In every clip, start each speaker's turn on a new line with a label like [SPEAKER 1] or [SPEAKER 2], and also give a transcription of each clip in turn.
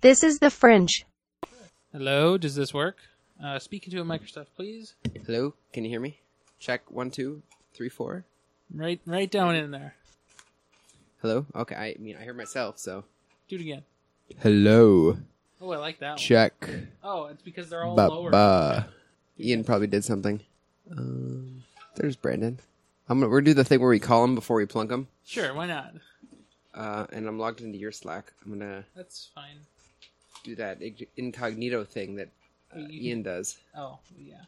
[SPEAKER 1] This is the fringe.
[SPEAKER 2] Hello, does this work? Uh, speak into a mic or stuff, please.
[SPEAKER 3] Hello, can you hear me? Check one, two, three, four.
[SPEAKER 2] Right, right down in there.
[SPEAKER 3] Hello. Okay, I mean I hear myself, so
[SPEAKER 2] Do it again.
[SPEAKER 3] hello.
[SPEAKER 2] Oh, I like that. One.
[SPEAKER 3] Check.
[SPEAKER 2] Oh, it's because they're all
[SPEAKER 3] Ba
[SPEAKER 2] lower.
[SPEAKER 3] ba. Ian probably did something. Um, there's Brandon. I'm gonna we're gonna do the thing where we call him before we plunk him.
[SPEAKER 2] Sure, why not?
[SPEAKER 3] Uh, and I'm logged into your Slack. I'm gonna
[SPEAKER 2] That's fine.
[SPEAKER 3] do that ig- incognito thing that uh,
[SPEAKER 2] You-
[SPEAKER 3] Ian does.
[SPEAKER 2] Oh, yeah.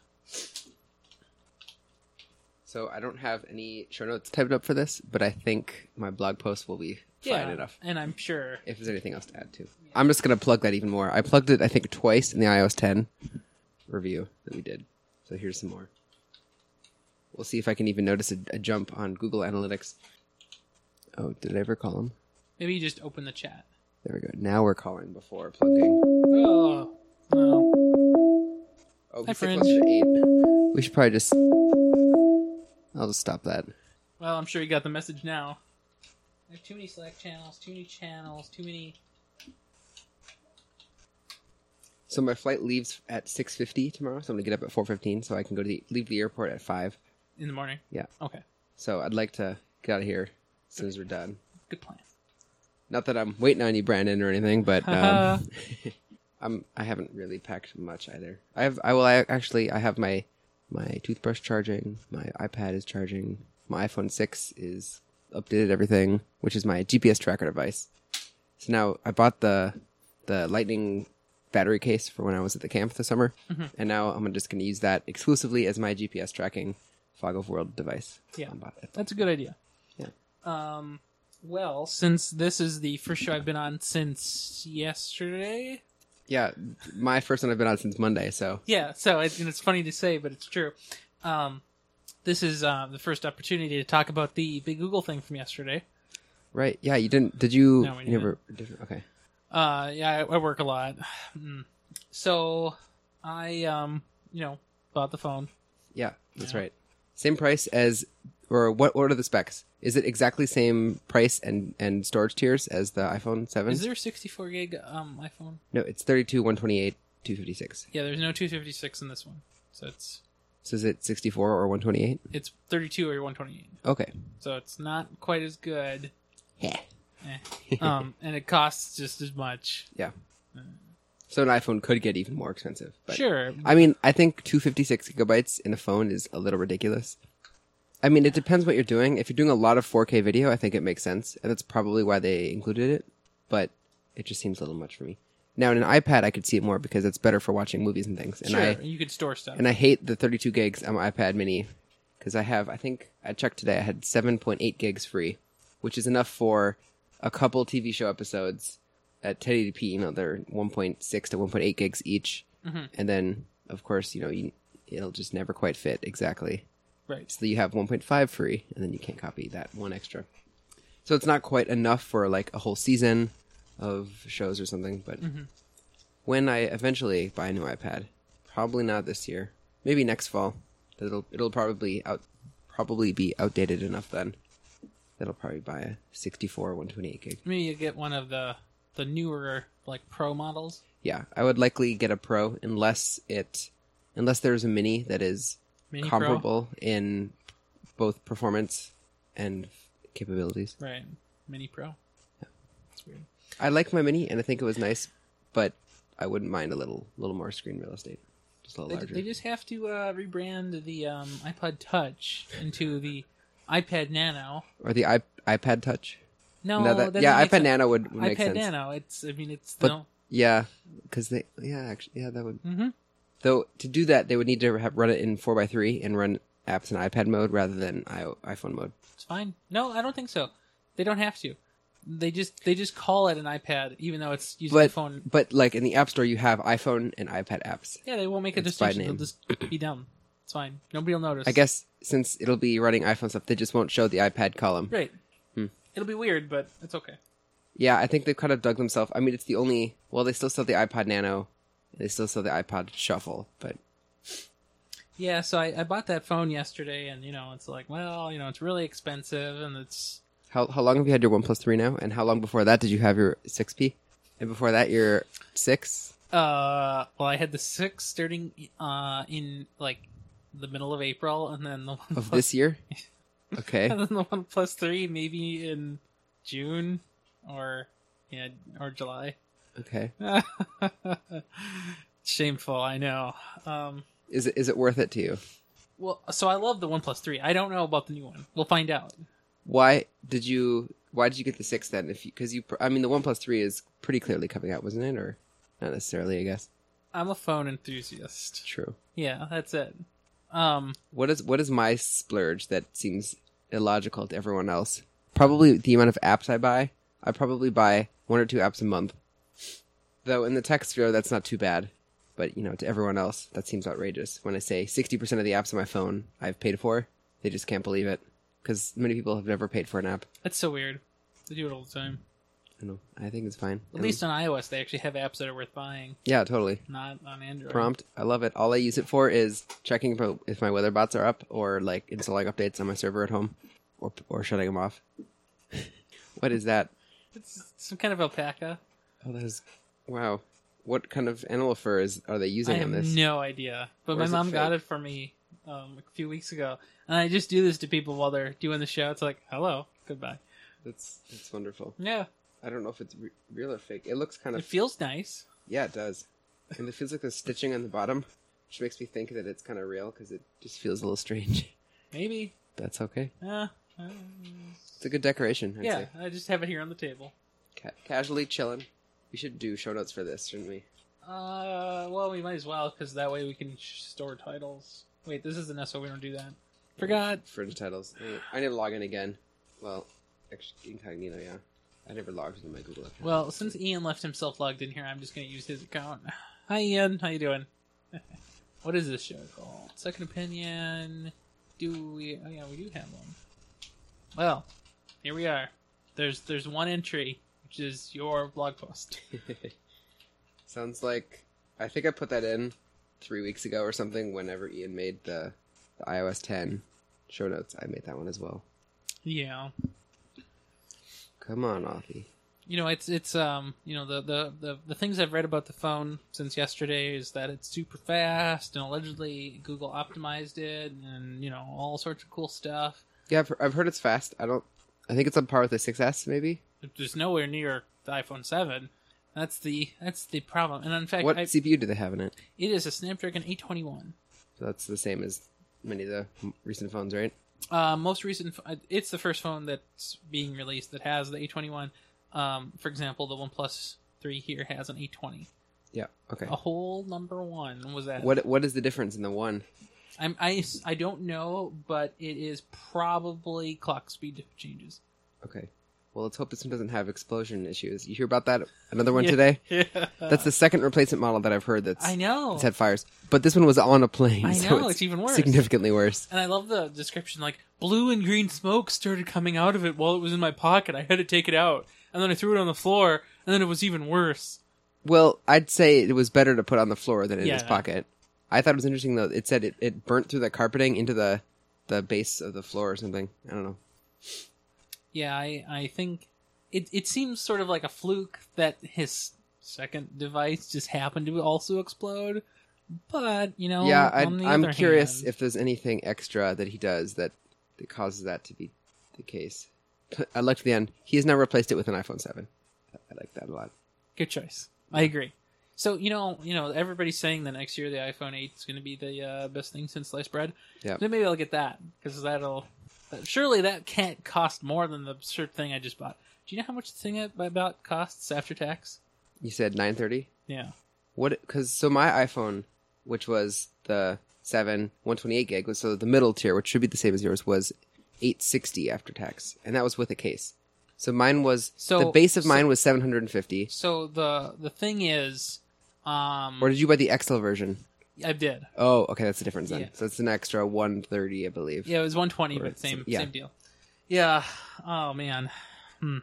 [SPEAKER 3] So I don't have any show notes typed up for this, but I think my blog post will be
[SPEAKER 2] Yeah,
[SPEAKER 3] fine enough.
[SPEAKER 2] and I'm sure.
[SPEAKER 3] If there's anything else to add to, I'm just gonna plug that even more. I plugged it, I think, twice in the iOS 10 review that we did. So here's some more. We'll see if I can even notice a, a jump on Google Analytics. Oh, did I ever call him?
[SPEAKER 2] Maybe you just open the chat.
[SPEAKER 3] There we go. Now we're calling before plugging.
[SPEAKER 2] Oh, no.
[SPEAKER 3] Oh,
[SPEAKER 2] Hi,
[SPEAKER 3] we said
[SPEAKER 2] friend.
[SPEAKER 3] closer to eight. We should probably just. I'll just stop that.
[SPEAKER 2] Well, I'm sure you got the message now. I have too many Slack channels, too many channels, too many.
[SPEAKER 3] So my flight leaves at six fifty tomorrow. So I'm gonna get up at four fifteen so I can go to the leave the airport at five.
[SPEAKER 2] In the morning?
[SPEAKER 3] Yeah.
[SPEAKER 2] Okay,
[SPEAKER 3] So I'd like to get out of here as soon as we're done.
[SPEAKER 2] good plan.
[SPEAKER 3] Not that I'm waiting on you, Brandon, or anything, but
[SPEAKER 2] Haha.
[SPEAKER 3] um, I'm I haven't really packed much either. I have I will I actually I have my my toothbrush charging, my iPad is charging, my iPhone six is updated everything, which is my GPS tracker device. So now I bought the the lightning battery case for when I was at the camp this summer, and now I'm just going to use that exclusively as my GPS tracking fog of world device.
[SPEAKER 2] Yeah.
[SPEAKER 3] I bought it.
[SPEAKER 2] That's a good idea.
[SPEAKER 3] Yeah.
[SPEAKER 2] Um, well, since this is the first show I've been on since yesterday.
[SPEAKER 3] Yeah, my first one I've been on since Monday, so
[SPEAKER 2] Yeah, so it, and it's funny to say, but it's true. Um, this is uh, the first opportunity to talk about the big Google thing from yesterday.
[SPEAKER 3] Right. Yeah, you didn't. Did you?
[SPEAKER 2] No, we
[SPEAKER 3] you never. Different, okay.
[SPEAKER 2] Uh, yeah, I, I work a lot. Mm. So I, um, you know, bought the phone.
[SPEAKER 3] Yeah, that's
[SPEAKER 2] Yeah.
[SPEAKER 3] right. Same price as, or what? What are the specs? Is it exactly same price and and storage tiers as the iPhone Seven?
[SPEAKER 2] Is there a 64 gig um iPhone?
[SPEAKER 3] No, it's thirty two, one twenty eight, two fifty six.
[SPEAKER 2] Yeah, there's no 256 in this one, so it's
[SPEAKER 3] So is it sixty four or one twenty eight?
[SPEAKER 2] it's 32 or 128.
[SPEAKER 3] Okay.
[SPEAKER 2] So it's not quite as good.
[SPEAKER 3] Yeah.
[SPEAKER 2] Eh. um, and it costs just as much.
[SPEAKER 3] Yeah. So an iPhone could get even more expensive. But
[SPEAKER 2] sure.
[SPEAKER 3] I mean, I think two fifty six gigabytes in a phone is a little ridiculous. I mean, it depends what you're doing. If you're doing a lot of 4K video, I think it makes sense, and that's probably why they included it. But it just seems a little much for me. Now, in an iPad, I could see it more because it's better for watching movies and things. And
[SPEAKER 2] sure.
[SPEAKER 3] I
[SPEAKER 2] you could store stuff.
[SPEAKER 3] and I hate the 32 gigs on my iPad Mini because I have, I think I checked today, I had 7.8 gigs free, which is enough for a couple TV show episodes at 1080p. You know, they're 1.6 to 1.8 gigs each, and then of course, you know, you, it'll just never quite fit exactly.
[SPEAKER 2] right.
[SPEAKER 3] So you have 1.5 free, and then you can't copy that one extra. So it's not quite enough for like a whole season of shows or something. But when I eventually buy a new iPad, probably not this year, maybe next fall. It'll it'll probably out probably be outdated enough then. That'll probably buy a 64 128 gig.
[SPEAKER 2] Maybe you get one of the the newer like pro models.
[SPEAKER 3] Yeah, I would likely get a Pro unless it unless there's a Mini that is
[SPEAKER 2] Mini Pro?
[SPEAKER 3] comparable in both performance and capabilities.
[SPEAKER 2] Right. Mini Pro. That's weird.
[SPEAKER 3] I like my mini, and I think it was nice, but I wouldn't mind a little, little more screen real estate, just a little
[SPEAKER 2] They,
[SPEAKER 3] larger.
[SPEAKER 2] they just have to uh, rebrand the um, iPod Touch into the iPad Nano.
[SPEAKER 3] or the iP iPad Touch.
[SPEAKER 2] No,
[SPEAKER 3] No, that-
[SPEAKER 2] that, doesn't
[SPEAKER 3] yeah,
[SPEAKER 2] make
[SPEAKER 3] iPad
[SPEAKER 2] sense.
[SPEAKER 3] Nano would, would
[SPEAKER 2] iPad
[SPEAKER 3] make sense.
[SPEAKER 2] Nano. It's. I mean, it's
[SPEAKER 3] But-
[SPEAKER 2] no.
[SPEAKER 3] Yeah, because they, yeah, actually, yeah, that would.
[SPEAKER 2] Mhm.
[SPEAKER 3] Though to do that, they would need to have run it in four x three and run apps in iPad mode rather than I, iPhone mode.
[SPEAKER 2] It's fine. No, I don't think so. They don't have to. They just they just call it an iPad, even though it's using a
[SPEAKER 3] But
[SPEAKER 2] phone.
[SPEAKER 3] but like in the App Store, you have iPhone and iPad apps.
[SPEAKER 2] Yeah, they won't make a
[SPEAKER 3] It's by
[SPEAKER 2] distinction. They'll
[SPEAKER 3] name.
[SPEAKER 2] just be dumb. It's fine. Nobody will notice.
[SPEAKER 3] I guess since it'll be running iPhone stuff, they just won't show the iPad column.
[SPEAKER 2] Right.
[SPEAKER 3] Hmm.
[SPEAKER 2] It'll be weird, but it's okay.
[SPEAKER 3] Yeah, I think they've kind of dug themselves. I mean, it's the only. Well, they still sell the iPod Nano, and they still sell the iPod Shuffle, but
[SPEAKER 2] Yeah, so I, I bought that phone yesterday, and you know, it's like, well, you know, it's really expensive, and it's
[SPEAKER 3] how how long have you had your One Plus Three now? And how long before that did you have your Six P? And before that, you're six.
[SPEAKER 2] Uh, well, I had the six starting uh in like the middle of April, and then the one
[SPEAKER 3] of
[SPEAKER 2] plus-
[SPEAKER 3] this year. Okay.
[SPEAKER 2] and then the one plus three maybe in June or yeah or July.
[SPEAKER 3] Okay.
[SPEAKER 2] Shameful, I know. Um,
[SPEAKER 3] Is it is it worth it to you?
[SPEAKER 2] well, so I love the one plus three. I don't know about the new one. We'll find out.
[SPEAKER 3] Why did you why did you get the six then? If because you, 'cause you pr- I mean the one plus three is pretty clearly coming out, wasn't it? Or not necessarily, I guess.
[SPEAKER 2] I'm a phone enthusiast.
[SPEAKER 3] True.
[SPEAKER 2] Yeah, that's it. Um,
[SPEAKER 3] What is what is my splurge that seems illogical to everyone else? Probably the amount of apps I buy. I probably buy one or two apps a month. Though in the tech sphere, that's not too bad. But you know, to everyone else, that seems outrageous. When I say sixty percent of the apps on my phone I've paid for, they just can't believe it because many people have never paid for an app.
[SPEAKER 2] that's so weird. They do it all the time.
[SPEAKER 3] I know. I think it's fine.
[SPEAKER 2] At least on iOS, they actually have apps that are worth buying,
[SPEAKER 3] yeah, totally.
[SPEAKER 2] not on Android.
[SPEAKER 3] Prompt. I love it. All I use it for is checking if my- if my weather bots are up or like installing updates on my server at home or or shutting them off. what is that?
[SPEAKER 2] It's some kind of alpaca.
[SPEAKER 3] Oh, that is wow. What kind of animal fur is are they
[SPEAKER 2] I
[SPEAKER 3] using
[SPEAKER 2] have
[SPEAKER 3] on this?
[SPEAKER 2] no idea. But
[SPEAKER 3] Or
[SPEAKER 2] my
[SPEAKER 3] is it
[SPEAKER 2] mom got
[SPEAKER 3] fake?
[SPEAKER 2] it for me um, a few weeks ago. And I just do this to people while they're doing the show. It's like, hello, goodbye.
[SPEAKER 3] That's that's wonderful.
[SPEAKER 2] Yeah,
[SPEAKER 3] I don't know if it's re- real or fake. It looks kind
[SPEAKER 2] it
[SPEAKER 3] of
[SPEAKER 2] feels nice.
[SPEAKER 3] yeah, it does. And it feels like there's stitching on the bottom, which makes me think that it's kind of real because it just feels a little strange.
[SPEAKER 2] Maybe.
[SPEAKER 3] That's okay.
[SPEAKER 2] Uh, uh,
[SPEAKER 3] It's a good decoration. I'd
[SPEAKER 2] yeah,
[SPEAKER 3] say.
[SPEAKER 2] I just have it here on the table.
[SPEAKER 3] Ca- casually chilling. We should do show notes for this, shouldn't we?
[SPEAKER 2] Uh, well, we might as well because that way we can sh- store titles. Wait, this is an SO. We don't do that. Forgot.
[SPEAKER 3] Fringe titles. I need- I need to log in again. Well, actually, incognito, yeah. I never logged into my Google account.
[SPEAKER 2] Well, since Ian left himself logged in here, I'm just going to use his account. Hi, Ian. How you doing? what is this show called? Second opinion. Do we? Oh yeah, we do have one. Well, here we are. There's there's one entry, which is your blog post.
[SPEAKER 3] Sounds like I think I put that in three weeks ago or something. Whenever Ian made the, the iOS 10 show notes, I made that one as well.
[SPEAKER 2] yeah.
[SPEAKER 3] Come on, Authy.
[SPEAKER 2] you know it's it's um you know the, the the the things i've read about the phone since yesterday is that it's super fast and allegedly google optimized it and you know all sorts of cool stuff
[SPEAKER 3] Yeah, I've, I've heard it's fast. I don't. I think it's on par with the 6S, maybe.
[SPEAKER 2] there's nowhere near the iphone 7 that's the that's the problem and in fact
[SPEAKER 3] What
[SPEAKER 2] I,
[SPEAKER 3] CPU do they have in it?
[SPEAKER 2] it is a snapdragon 821
[SPEAKER 3] So that's the same as many of the m- recent phones, right?
[SPEAKER 2] uh, most recent ph- it's the first phone that's being released that has the 821 um, for example the oneplus 3 here has an 820
[SPEAKER 3] Yeah. Okay.
[SPEAKER 2] a whole number one was that
[SPEAKER 3] What What is the difference in the one?
[SPEAKER 2] I'm, I, s- I don't know, but it is probably clock speed changes.
[SPEAKER 3] Okay. Well, let's hope this one doesn't have explosion issues. You hear about that? Another one
[SPEAKER 2] Yeah.
[SPEAKER 3] today?
[SPEAKER 2] Yeah.
[SPEAKER 3] That's the second replacement model that I've heard that's,
[SPEAKER 2] I know.
[SPEAKER 3] that's had fires. But this one was on a plane.
[SPEAKER 2] I
[SPEAKER 3] so
[SPEAKER 2] know, it's even worse.
[SPEAKER 3] Significantly worse.
[SPEAKER 2] And I love the description like, blue and green smoke started coming out of it while it was in my pocket. I had to take it out. And then I threw it on the floor, and then it was even worse.
[SPEAKER 3] Well, I'd say it was better to put on the floor than in his
[SPEAKER 2] Yeah.
[SPEAKER 3] pocket. I thought it was interesting, though. It said it, it burnt through the carpeting into the, the base of the floor or something. I don't know.
[SPEAKER 2] Yeah, I, I think it, it seems sort of like a fluke that his second device just happened to also explode. But, you know,
[SPEAKER 3] yeah, i
[SPEAKER 2] on the
[SPEAKER 3] I'm
[SPEAKER 2] other
[SPEAKER 3] curious
[SPEAKER 2] hand-
[SPEAKER 3] if there's anything extra that he does that, that causes that to be the case. I liked the end. He has now replaced it with an iPhone 7. I I like that a lot.
[SPEAKER 2] Good choice. I agree. So you know, you know, everybody's saying that next year the iPhone 8 is going to be the uh, best thing since sliced bread.
[SPEAKER 3] Yep.
[SPEAKER 2] Then maybe I'll get that because that'll uh, surely that can't cost more than the absurd thing I just bought. Do you know how much the thing I bought costs after tax?
[SPEAKER 3] You said 930?
[SPEAKER 2] Yeah,
[SPEAKER 3] What? Because so my iPhone, which was the seven one twenty eight gig, was so the middle tier, which should be the same as yours, was eight sixty after tax, and that was with a case. So mine was
[SPEAKER 2] So-
[SPEAKER 3] the base of
[SPEAKER 2] so-
[SPEAKER 3] mine was seven hundred and fifty.
[SPEAKER 2] So the the thing is, um,
[SPEAKER 3] Or did you buy the XL version?
[SPEAKER 2] I did.
[SPEAKER 3] Oh, okay, that's the difference then.
[SPEAKER 2] Yeah.
[SPEAKER 3] So it's an extra one thirty, I believe.
[SPEAKER 2] Yeah, it was 120,
[SPEAKER 3] Or
[SPEAKER 2] but
[SPEAKER 3] it's-
[SPEAKER 2] same
[SPEAKER 3] yeah.
[SPEAKER 2] same deal. Yeah. Oh man. Hmm.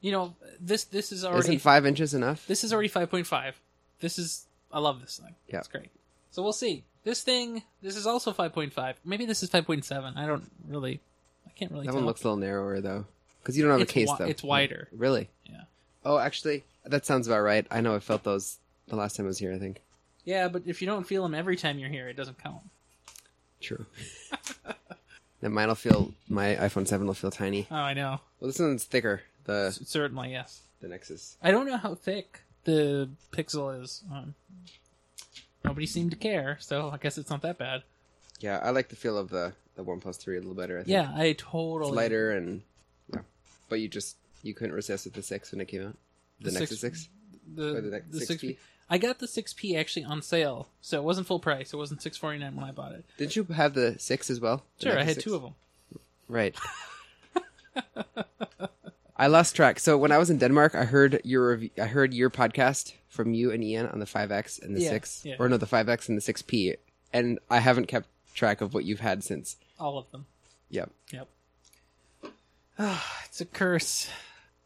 [SPEAKER 2] You know this this is already
[SPEAKER 3] Isn't five inches enough?
[SPEAKER 2] This is already 5.5. This is I love this thing.
[SPEAKER 3] Yeah.
[SPEAKER 2] It's great. So we'll see. This thing this is also 5.5. Maybe this is 5.7. I don't really I can't really
[SPEAKER 3] that
[SPEAKER 2] tell.
[SPEAKER 3] one looks a little narrower though, because you don't have
[SPEAKER 2] It's
[SPEAKER 3] a case
[SPEAKER 2] wi-
[SPEAKER 3] though.
[SPEAKER 2] it's wider.
[SPEAKER 3] Really?
[SPEAKER 2] Yeah.
[SPEAKER 3] Oh, actually, that sounds about right. I know I felt those the last time I was here. I think.
[SPEAKER 2] Yeah, but if you don't feel them every time you're here, it doesn't count.
[SPEAKER 3] True. then mine'll feel my iPhone seven will feel tiny.
[SPEAKER 2] Oh, I know.
[SPEAKER 3] Well, this one's thicker. The
[SPEAKER 2] S- certainly, yes.
[SPEAKER 3] the Nexus.
[SPEAKER 2] I don't know how thick the pixel is. Um, nobody seemed to care, so I guess it's not that bad.
[SPEAKER 3] Yeah, I like the feel of the the one plus three a little better. I think.
[SPEAKER 2] Yeah, I
[SPEAKER 3] it's
[SPEAKER 2] totally.
[SPEAKER 3] lighter and yeah. But you just you couldn't resist with the six when it came out. The,
[SPEAKER 2] The six-
[SPEAKER 3] Nexus six,
[SPEAKER 2] The,
[SPEAKER 3] or the,
[SPEAKER 2] the
[SPEAKER 3] Nexus six P.
[SPEAKER 2] I got the 6P actually on sale, so it wasn't full price. It wasn't 649 when I bought it.
[SPEAKER 3] Didn't you have the six as well? The
[SPEAKER 2] Sure, I had
[SPEAKER 3] Nexus 6?
[SPEAKER 2] two of them.
[SPEAKER 3] Right. I lost track. So when I was in Denmark, I heard your rev- I heard your podcast from you and Ian on the 5X and the
[SPEAKER 2] Yeah,
[SPEAKER 3] 6
[SPEAKER 2] yeah.
[SPEAKER 3] or no, the 5X and the 6P and I haven't kept track of what you've had since.
[SPEAKER 2] All of them.
[SPEAKER 3] Yep.
[SPEAKER 2] Yep. it's a curse.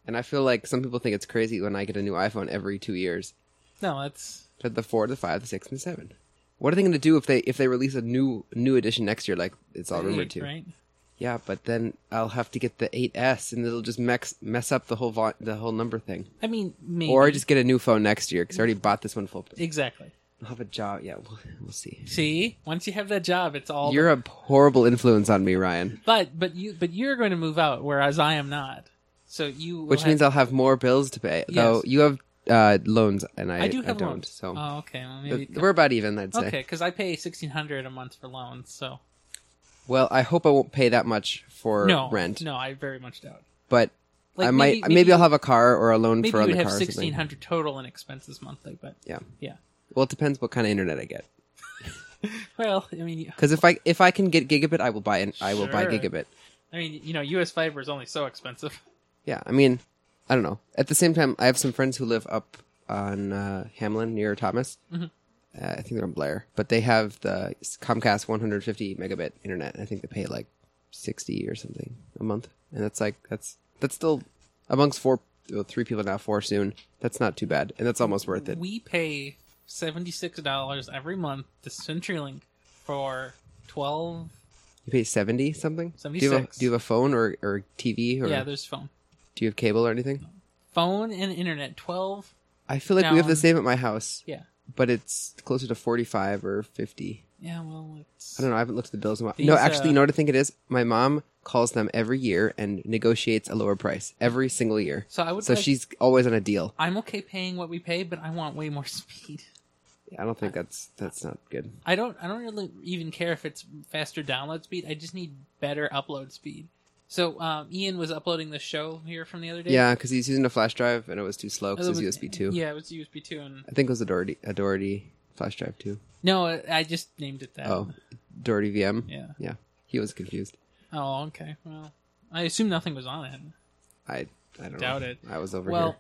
[SPEAKER 3] And I feel like some people think it's crazy when I get a new iPhone every 2 years.
[SPEAKER 2] No, that's
[SPEAKER 3] But the 4, the 5, the 6 and the 7. What are they going to do if they if they release a new new edition next year like it's all rumored
[SPEAKER 2] eight,
[SPEAKER 3] to?
[SPEAKER 2] right?
[SPEAKER 3] Yeah, but then I'll have to get the 8S and it'll just mess mess up the whole vo- the whole number thing.
[SPEAKER 2] I mean, maybe.
[SPEAKER 3] Or I just get a new phone next year because I already bought this one full.
[SPEAKER 2] exactly.
[SPEAKER 3] I'll have a job. Yeah, we'll, we'll see.
[SPEAKER 2] See, once you have that job, it's all.
[SPEAKER 3] You're a horrible influence on me, Ryan.
[SPEAKER 2] but but you but you're going to move out, whereas I am not. So you, will
[SPEAKER 3] Which
[SPEAKER 2] have-
[SPEAKER 3] means I'll have more bills to pay. Though you have uh, loans and I,
[SPEAKER 2] I do have
[SPEAKER 3] don't.
[SPEAKER 2] loans.
[SPEAKER 3] So
[SPEAKER 2] Oh, okay. Well, maybe
[SPEAKER 3] th- we're about even, I'd say.
[SPEAKER 2] okay, because I pay sixteen hundred a month for loans. So
[SPEAKER 3] Well, I hope I won't pay that much for
[SPEAKER 2] no
[SPEAKER 3] rent,
[SPEAKER 2] No, I very much doubt.
[SPEAKER 3] but
[SPEAKER 2] Like,
[SPEAKER 3] I might.
[SPEAKER 2] maybe-
[SPEAKER 3] Maybe,
[SPEAKER 2] maybe
[SPEAKER 3] I'll
[SPEAKER 2] you-
[SPEAKER 3] have a car or a loan
[SPEAKER 2] Maybe
[SPEAKER 3] for on
[SPEAKER 2] you
[SPEAKER 3] the
[SPEAKER 2] would have
[SPEAKER 3] car. or something.
[SPEAKER 2] sixteen hundred total in expenses monthly, but
[SPEAKER 3] Yeah.
[SPEAKER 2] yeah.
[SPEAKER 3] Well, it depends what kind of internet I get.
[SPEAKER 2] Well, I mean,
[SPEAKER 3] Because if I if I can get gigabit, I will buy. An, I will buy
[SPEAKER 2] Sure.
[SPEAKER 3] gigabit.
[SPEAKER 2] I mean, you know, US fiber is only so expensive.
[SPEAKER 3] Yeah, I mean, I don't know. At the same time, I have some friends who live up on uh, Hamlin near Thomas.
[SPEAKER 2] Mm-hmm.
[SPEAKER 3] Uh, I think they're on Blair, but they have the Comcast 150 megabit internet. I think they pay like 60 or something a month, and that's like that's that's still amongst four, well, three people now, four soon. That's not too bad, and that's almost worth it.
[SPEAKER 2] We pay seventy six dollars every month to CenturyLink for twelve.
[SPEAKER 3] You pay 70 something. Do you have a,
[SPEAKER 2] 76.
[SPEAKER 3] do you have a phone or or TV or
[SPEAKER 2] Yeah, there's phone,
[SPEAKER 3] do you have cable or anything?
[SPEAKER 2] phone and internet. Twelve.
[SPEAKER 3] I feel like we have the
[SPEAKER 2] Down.
[SPEAKER 3] same at my house,
[SPEAKER 2] Yeah,
[SPEAKER 3] but it's closer to 45 or 50.
[SPEAKER 2] yeah. Well, it's
[SPEAKER 3] I don't know. I haven't looked at the bills in a while.
[SPEAKER 2] These,
[SPEAKER 3] no, actually,
[SPEAKER 2] uh,
[SPEAKER 3] you know what I think it is? My mom calls them every year and negotiates a lower price every single year.
[SPEAKER 2] so I would.
[SPEAKER 3] So
[SPEAKER 2] like-
[SPEAKER 3] she's always on a deal.
[SPEAKER 2] I'm okay paying what we pay, but I want way more speed.
[SPEAKER 3] I don't think that's that's not good.
[SPEAKER 2] I don't. I don't really even care if it's faster download speed. I just need better upload speed. So um, Ian was uploading the show here from the other day.
[SPEAKER 3] Yeah, because he's using a flash drive and it was too slow because it was USB two.
[SPEAKER 2] Yeah, it was USB two, and
[SPEAKER 3] I think it was a Doherty, a Doherty flash drive two.
[SPEAKER 2] no, I- I just named it that.
[SPEAKER 3] Oh, Doherty VM.
[SPEAKER 2] Yeah.
[SPEAKER 3] yeah. He was confused.
[SPEAKER 2] Oh, okay. Well, I assume nothing was on it.
[SPEAKER 3] I I don't
[SPEAKER 2] Doubt
[SPEAKER 3] know.
[SPEAKER 2] it.
[SPEAKER 3] I was over
[SPEAKER 2] well,
[SPEAKER 3] here.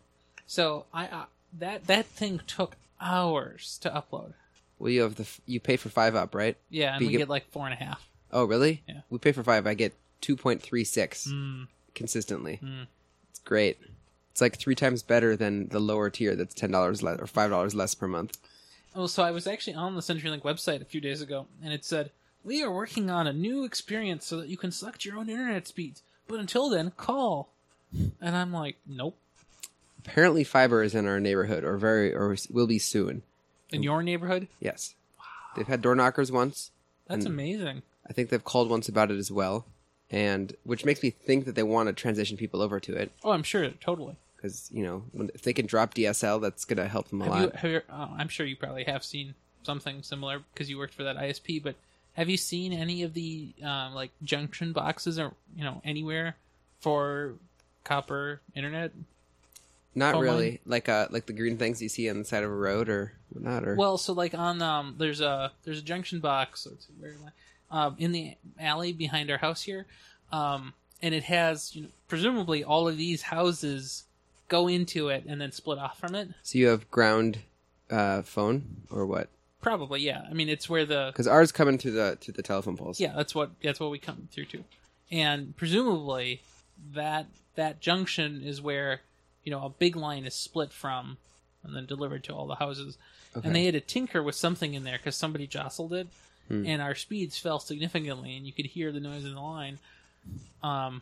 [SPEAKER 2] so I uh, that that thing took hours to upload.
[SPEAKER 3] Well, you have the f- you pay for five up, right?
[SPEAKER 2] Yeah, and
[SPEAKER 3] But you
[SPEAKER 2] we
[SPEAKER 3] get-
[SPEAKER 2] get like four and a half.
[SPEAKER 3] Oh, really?
[SPEAKER 2] Yeah.
[SPEAKER 3] We pay for five. I get two point three six.
[SPEAKER 2] Mm,
[SPEAKER 3] consistently.
[SPEAKER 2] Mm.
[SPEAKER 3] It's great. It's like three times better than the lower tier that's ten dollars less or five dollars less per month.
[SPEAKER 2] Oh, so I was actually on the CenturyLink website a few days ago, and it said, "We are working on a new experience so that you can select your own internet speeds. But until then, call." And I'm like, "Nope."
[SPEAKER 3] Apparently, fiber is in our neighborhood, or very, or will be soon.
[SPEAKER 2] In your neighborhood,
[SPEAKER 3] Yes, they've had door knockers once.
[SPEAKER 2] that's
[SPEAKER 3] Mm.
[SPEAKER 2] amazing.
[SPEAKER 3] I think they've called once about it as well, and which makes me think that they want to transition people over to it
[SPEAKER 2] Oh, I'm sure, totally.
[SPEAKER 3] because you know when, if they can drop DSL, that's going to help them a
[SPEAKER 2] Have
[SPEAKER 3] lot.
[SPEAKER 2] you, have you, oh, I'm sure you probably have seen something similar because you worked for that ISP. But have you seen any of the um, like junction boxes or you know anywhere for copper internet?
[SPEAKER 3] Not
[SPEAKER 2] phone
[SPEAKER 3] really
[SPEAKER 2] line?
[SPEAKER 3] like uh like the green things you see on the side of a road or whatnot. Or
[SPEAKER 2] Well, so like on um, there's a there's a junction box. Let's see, where am I? Um, in the alley behind our house here, um, and it has you know, presumably all of these houses go into it and then split off from it.
[SPEAKER 3] so you have ground uh, phone or what?
[SPEAKER 2] Probably, yeah. I mean, it's where the
[SPEAKER 3] Because ours coming through the through the telephone poles.
[SPEAKER 2] Yeah, that's what that's what we come through to, and presumably that that junction is where you know a big line is split from and then delivered to all the houses.
[SPEAKER 3] Okay.
[SPEAKER 2] And they had to tinker with something in there because somebody jostled it,
[SPEAKER 3] Hmm.
[SPEAKER 2] and our speeds fell significantly, and you could hear the noise in the line. Um,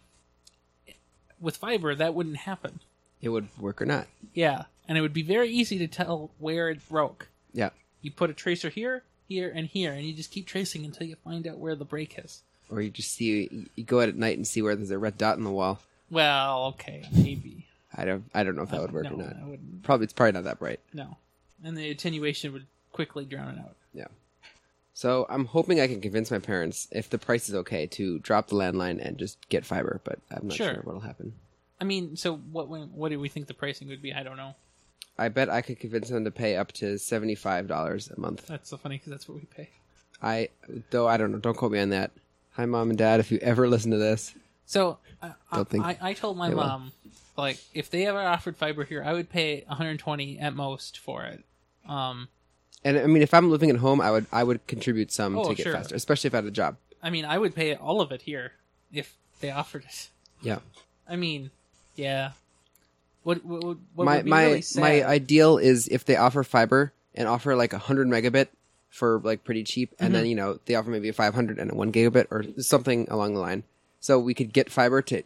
[SPEAKER 2] with fiber, that wouldn't happen.
[SPEAKER 3] it would work or not.
[SPEAKER 2] Yeah, and it would be very easy to tell where it broke.
[SPEAKER 3] Yeah.
[SPEAKER 2] You put a tracer here, here, and here, and you just keep tracing until you find out where the break is.
[SPEAKER 3] Or you just see you go out at night and see where there's a red dot in the wall.
[SPEAKER 2] Well, okay, maybe.
[SPEAKER 3] I don't I don't know if that would work
[SPEAKER 2] no,
[SPEAKER 3] or not.
[SPEAKER 2] I wouldn't.
[SPEAKER 3] Probably it's probably not that bright.
[SPEAKER 2] No, and the attenuation would quickly drown it out.
[SPEAKER 3] So I'm hoping I can convince my parents, if the price is okay, to drop the landline and just get fiber. But I'm not sure,
[SPEAKER 2] Sure.
[SPEAKER 3] what'll happen.
[SPEAKER 2] I mean, so what? What do we think the pricing would be? I don't know.
[SPEAKER 3] I bet I could convince them to pay up to seventy five dollars a month.
[SPEAKER 2] That's so funny because that's what we pay.
[SPEAKER 3] I though I don't know. Don't quote me on that. Hi, mom and dad. If you ever listen to this,
[SPEAKER 2] So I, I,
[SPEAKER 3] Don't think
[SPEAKER 2] I, I told my
[SPEAKER 3] they will.
[SPEAKER 2] mom, like, if they ever offered fiber here, I would pay 120 at most for it. Um,
[SPEAKER 3] and I mean, if I'm living at home, I would I would contribute some
[SPEAKER 2] Oh,
[SPEAKER 3] to get
[SPEAKER 2] sure.
[SPEAKER 3] faster, especially if I had a job.
[SPEAKER 2] I mean, I would pay all of it here if they offered it.
[SPEAKER 3] Yeah.
[SPEAKER 2] I mean, yeah. What what, what what
[SPEAKER 3] my
[SPEAKER 2] would be
[SPEAKER 3] my
[SPEAKER 2] really sad?
[SPEAKER 3] my ideal is if they offer fiber and offer like a hundred megabit for like pretty cheap, and
[SPEAKER 2] Mm-hmm.
[SPEAKER 3] then you know they offer maybe a five hundred and a one gigabit or something along the line, so we could get fiber to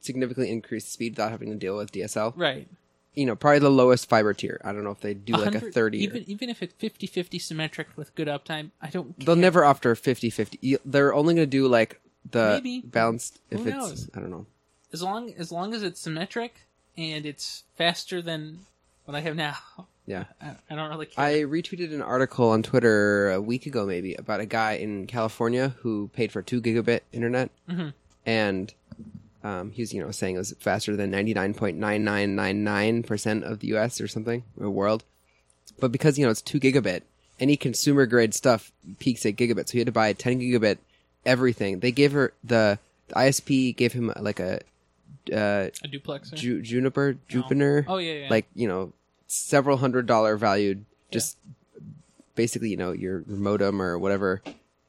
[SPEAKER 3] significantly increase speed without having to deal with DSL.
[SPEAKER 2] right
[SPEAKER 3] You know, probably the lowest fiber tier. I don't know if they do like a
[SPEAKER 2] 100
[SPEAKER 3] thirty. or-
[SPEAKER 2] Even even if it's 50-50 symmetric with good uptime, I don't.
[SPEAKER 3] They'll never offer 50-50. They're only going to do like the
[SPEAKER 2] Maybe.
[SPEAKER 3] balanced if
[SPEAKER 2] Who
[SPEAKER 3] it's
[SPEAKER 2] knows?
[SPEAKER 3] I don't know.
[SPEAKER 2] As long as long as it's symmetric and it's faster than what I have now,
[SPEAKER 3] Yeah.
[SPEAKER 2] I, I don't really care.
[SPEAKER 3] I retweeted an article on Twitter a week ago, maybe, about a guy in California who paid for two gigabit internet, and um, he was, you know, saying it was faster than ninety nine point nine nine nine nine percent of the U.S. or something or world. But because you know it's two gigabit, any consumer grade stuff peaks at gigabit, so he had to buy ten gigabit everything. They gave her the, the ISP gave him like a uh,
[SPEAKER 2] a duplexer.
[SPEAKER 3] Ju- Juniper, Jupiter.
[SPEAKER 2] Oh, yeah, yeah.
[SPEAKER 3] Like you know, several hundred dollar valued. Just basically, you know, your modem or whatever,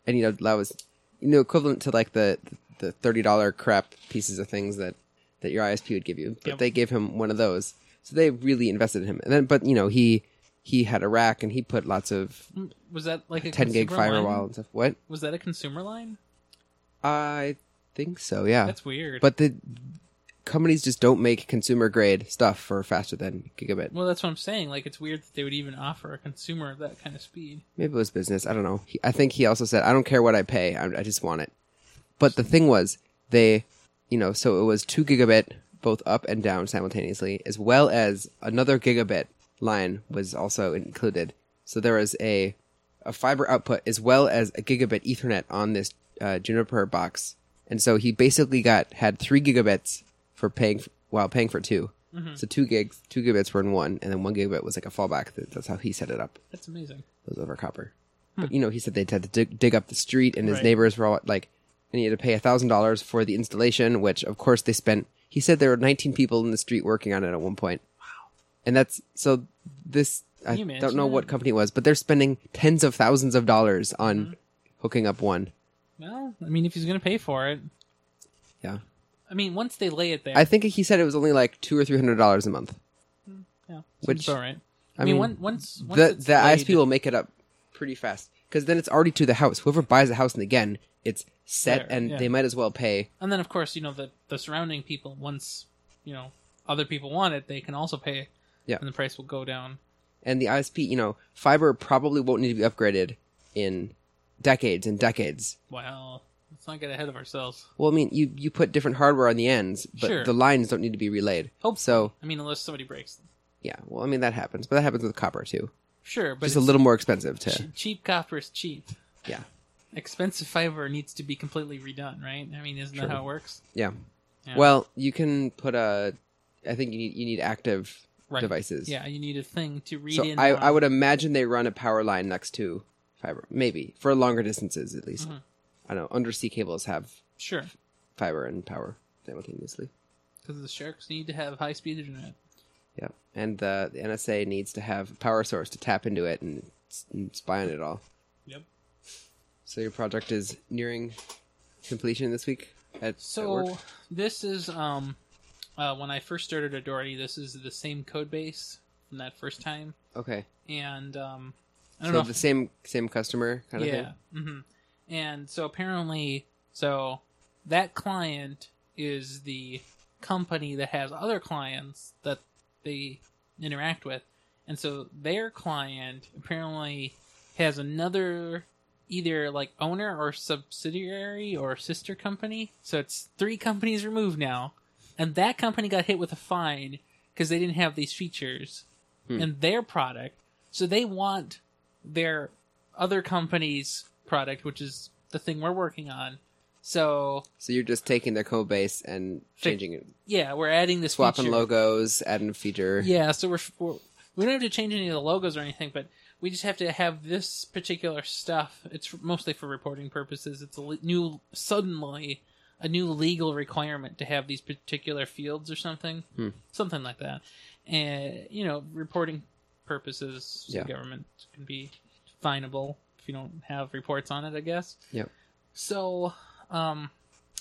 [SPEAKER 3] and you know that was you know equivalent to like the the thirty dollar crap pieces of things that that your ISP would give you. But
[SPEAKER 2] Yep.
[SPEAKER 3] they gave him one of those, so they really invested in him. And then, but you know, he he had a rack and he put lots of
[SPEAKER 2] was that like a
[SPEAKER 3] ten gig
[SPEAKER 2] consumer line?
[SPEAKER 3] firewall and stuff. What
[SPEAKER 2] Was that a consumer line?
[SPEAKER 3] I think so, yeah.
[SPEAKER 2] That's weird.
[SPEAKER 3] but the companies just don't make consumer grade stuff for faster than gigabit.
[SPEAKER 2] well, that's what I'm saying. Like, it's weird that they would even offer a consumer that kind of speed.
[SPEAKER 3] Maybe it was business. I don't know. He, I think he also said, "I don't care what I pay. I, I just want it." But the thing was, they, you know, so it was two gigabit both up and down simultaneously, as well as another gigabit line was also included. So there was a a fiber output as well as a gigabit Ethernet on this uh, Juniper box, and so he basically got had three gigabits for paying f while paying for 2 So two gigs, two gigabits were in one, and then one gigabit was like a fallback. That- That's how he set it up
[SPEAKER 2] That's amazing.
[SPEAKER 3] was over copper. But you know, he said they had to dig, dig up the street, and his
[SPEAKER 2] Hmm. Right.
[SPEAKER 3] neighbors were all like, and he had to pay thousand dollars for the installation, which of course they spent. He said there were 19 people in the street working on it at one point. Wow. And that's so. This I
[SPEAKER 2] you
[SPEAKER 3] don't know
[SPEAKER 2] imagine?
[SPEAKER 3] what company it was, but they're spending tens of thousands of dollars on
[SPEAKER 2] Mm-hmm.
[SPEAKER 3] hooking up one.
[SPEAKER 2] Well, I mean, if he's going to pay for it,
[SPEAKER 3] Yeah,
[SPEAKER 2] I mean, once they lay it there,
[SPEAKER 3] I think he said it was only like two or three hundred dollars a month.
[SPEAKER 2] yeah,
[SPEAKER 3] which-
[SPEAKER 2] which all right.
[SPEAKER 3] I
[SPEAKER 2] I, mean,
[SPEAKER 3] mean,
[SPEAKER 2] one- once, once
[SPEAKER 3] the
[SPEAKER 2] it's
[SPEAKER 3] the
[SPEAKER 2] laid-
[SPEAKER 3] ISP will make it up pretty fast because then it's already to the house. Whoever buys the house, and again, it's set,
[SPEAKER 2] There,
[SPEAKER 3] and
[SPEAKER 2] yeah.
[SPEAKER 3] they might as well pay
[SPEAKER 2] and then of course you know the the surrounding people. Once you know other people want it, they can also pay.
[SPEAKER 3] Yeah.
[SPEAKER 2] and the price will go down.
[SPEAKER 3] and the ISP, you know, fiber probably won't need to be upgraded in decades and decades.
[SPEAKER 2] Well, let's not get ahead of ourselves.
[SPEAKER 3] Well, I mean, you you put different hardware on the ends, but
[SPEAKER 2] Sure.
[SPEAKER 3] the lines don't need to be relayed.
[SPEAKER 2] Hopefully.
[SPEAKER 3] So,
[SPEAKER 2] I mean, unless somebody breaks them.
[SPEAKER 3] yeah. Well, I mean, that happens, but that happens with copper too.
[SPEAKER 2] Sure, but
[SPEAKER 3] Just
[SPEAKER 2] it's
[SPEAKER 3] a little more expensive to.
[SPEAKER 2] che- cheap copper is cheap.
[SPEAKER 3] Yeah.
[SPEAKER 2] Expensive fiber needs to be completely redone, right? I mean, isn't that how it works?
[SPEAKER 3] Yeah.
[SPEAKER 2] Yeah.
[SPEAKER 3] Well, you can put a. I think you need you need active
[SPEAKER 2] Right.
[SPEAKER 3] devices.
[SPEAKER 2] Yeah, you need a thing to read
[SPEAKER 3] So
[SPEAKER 2] in. uh,
[SPEAKER 3] I,
[SPEAKER 2] on.
[SPEAKER 3] I would imagine they run a power line next to fiber, maybe for longer distances at least.
[SPEAKER 2] Mm-hmm.
[SPEAKER 3] I don't know. Undersea cables have
[SPEAKER 2] sure
[SPEAKER 3] fiber and power simultaneously.
[SPEAKER 2] because the sharks need to have high speed internet.
[SPEAKER 3] Yeah, and the, the NSA needs to have a power source to tap into it and, s- and spy on it all.
[SPEAKER 2] Yep.
[SPEAKER 3] So your project is nearing completion this week. At, at
[SPEAKER 2] So
[SPEAKER 3] work?
[SPEAKER 2] this is um, uh, when I first started at Doherty. This is the same code base from that first time,
[SPEAKER 3] okay,
[SPEAKER 2] and um, I don't
[SPEAKER 3] so
[SPEAKER 2] know.
[SPEAKER 3] the same same customer kind of
[SPEAKER 2] yeah.
[SPEAKER 3] thing.
[SPEAKER 2] hmm And so apparently, so that client is the company that has other clients that they interact with. And so their client apparently has another either like owner or subsidiary or sister company. So it's three companies removed now. And that company got hit with a fine because they didn't have these features
[SPEAKER 3] Hmm.
[SPEAKER 2] in their product. So they want their other company's product, which is the thing we're working on. So
[SPEAKER 3] So you're just taking their code base and
[SPEAKER 2] Fi-
[SPEAKER 3] changing it,
[SPEAKER 2] yeah, we're adding this
[SPEAKER 3] swapping
[SPEAKER 2] feature.
[SPEAKER 3] logos, adding a feature.
[SPEAKER 2] Yeah, so we're, we're we don't have to change any of the logos or anything, but we just have to have this particular stuff. It's mostly for reporting purposes. It's a le- new suddenly a new legal requirement to have these particular fields or something,
[SPEAKER 3] Hmm.
[SPEAKER 2] something like that. And you know, reporting purposes,
[SPEAKER 3] Yeah.
[SPEAKER 2] the government can be finable if you don't have reports on it. I guess.
[SPEAKER 3] Yep.
[SPEAKER 2] So, um,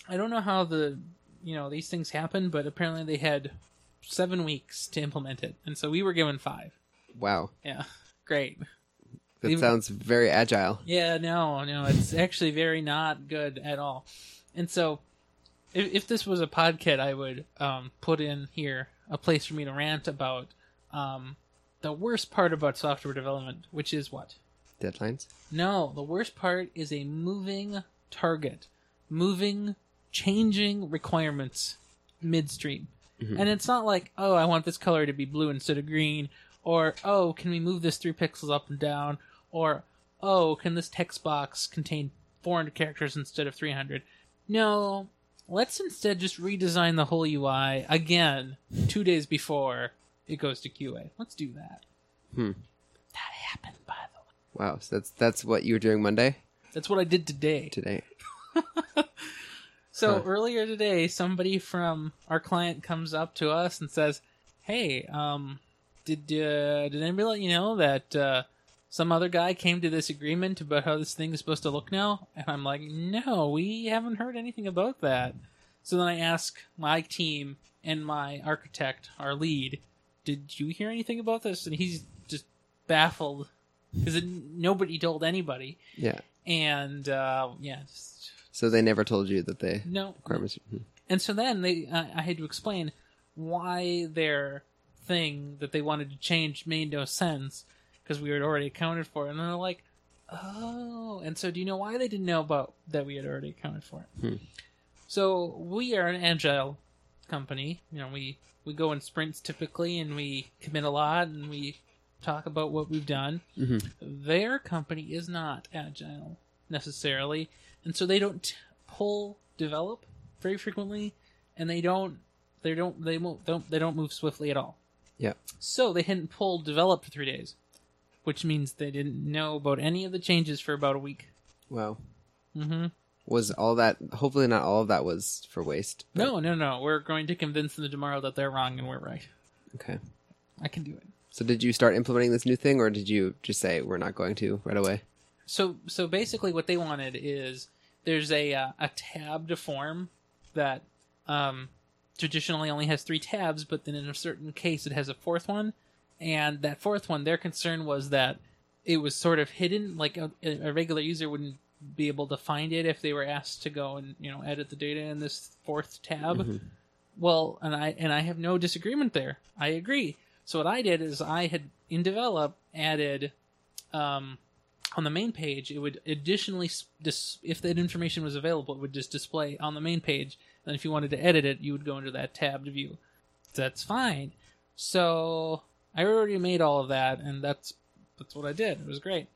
[SPEAKER 2] I don't know how the you know these things happen, but apparently they had seven weeks to implement it, and so we were given five.
[SPEAKER 3] Wow,
[SPEAKER 2] Yeah, great.
[SPEAKER 3] that
[SPEAKER 2] Even-
[SPEAKER 3] sounds very agile.
[SPEAKER 2] Yeah, no, no, it's actually very not good at all. And so, if, if this was a podcast, I would um, put in here a place for me to rant about um, the worst part about software development, which is what?
[SPEAKER 3] Deadlines.
[SPEAKER 2] No, the worst part is a moving target, moving, changing requirements midstream.
[SPEAKER 3] Mhm.
[SPEAKER 2] And it's not like, oh, I want this color to be blue instead of green, or oh, can we move this three pixels up and down, or oh, can this text box contain 400 characters instead of 300? No, let's instead just redesign the whole UI again two days before it goes to QA. Let's do that.
[SPEAKER 3] Hmm.
[SPEAKER 2] That happened, by the way.
[SPEAKER 3] Wow, so that's that's what you were doing Monday
[SPEAKER 2] That's what I did today.
[SPEAKER 3] today.
[SPEAKER 2] So
[SPEAKER 3] Huh.
[SPEAKER 2] earlier today, somebody from our client comes up to us and says, "Hey, um, did uh, did anybody let you know that uh, some other guy came to this agreement about how this thing is supposed to look now?" And I'm like, "No, we haven't heard anything about that." So then I ask my team and my architect, our lead, "Did you hear anything about this?" And he's just baffled because nobody told anybody,
[SPEAKER 3] Yeah.
[SPEAKER 2] and uh, yeah, just,
[SPEAKER 3] So they never told you that they
[SPEAKER 2] no,
[SPEAKER 3] requirements. Mhm.
[SPEAKER 2] and so then they, uh, I had to explain why their thing that they wanted to change made no sense because we had already accounted for it. And then they're like, "Oh, and so do you know why they didn't know about that we had already accounted for it?"
[SPEAKER 3] Hmm.
[SPEAKER 2] So we are an agile company. You know, we we go in sprints typically, and we commit a lot, and we talk about what we've done
[SPEAKER 3] Mhm.
[SPEAKER 2] their company is not agile necessarily, and so they don't pull develop very frequently, and they don't they don't they won't don't they don't move swiftly at all.
[SPEAKER 3] Yeah.
[SPEAKER 2] So they hadn't pulled develop for three days, which means they didn't know about any of the changes for about a week.
[SPEAKER 3] Wow.
[SPEAKER 2] Mm-hmm.
[SPEAKER 3] Was all that? Hopefully, not all of that was for waste. but-
[SPEAKER 2] No, no, no. We're going to convince them tomorrow that they're wrong and we're right.
[SPEAKER 3] Okay.
[SPEAKER 2] I can do it.
[SPEAKER 3] So did you start implementing this new thing, or did you just say we're not going to right away?
[SPEAKER 2] so so basically what they wanted is there's a uh, a tabbed form that um, traditionally only has three tabs, but then in a certain case it has a fourth one, and that fourth one their concern was that it was sort of hidden, like a, a regular user wouldn't be able to find it if they were asked to go and you know edit the data in this fourth tab.
[SPEAKER 3] Mhm.
[SPEAKER 2] Well, and I and I have no disagreement there. I agree. So what I did is I had in develop added um, on the main page. It would additionally s- dis- if that information was available, it would just display on the main page. And if you wanted to edit it, you would go into that tab to view. That's fine. So I already made all of that, and that's that's what I did. It was great.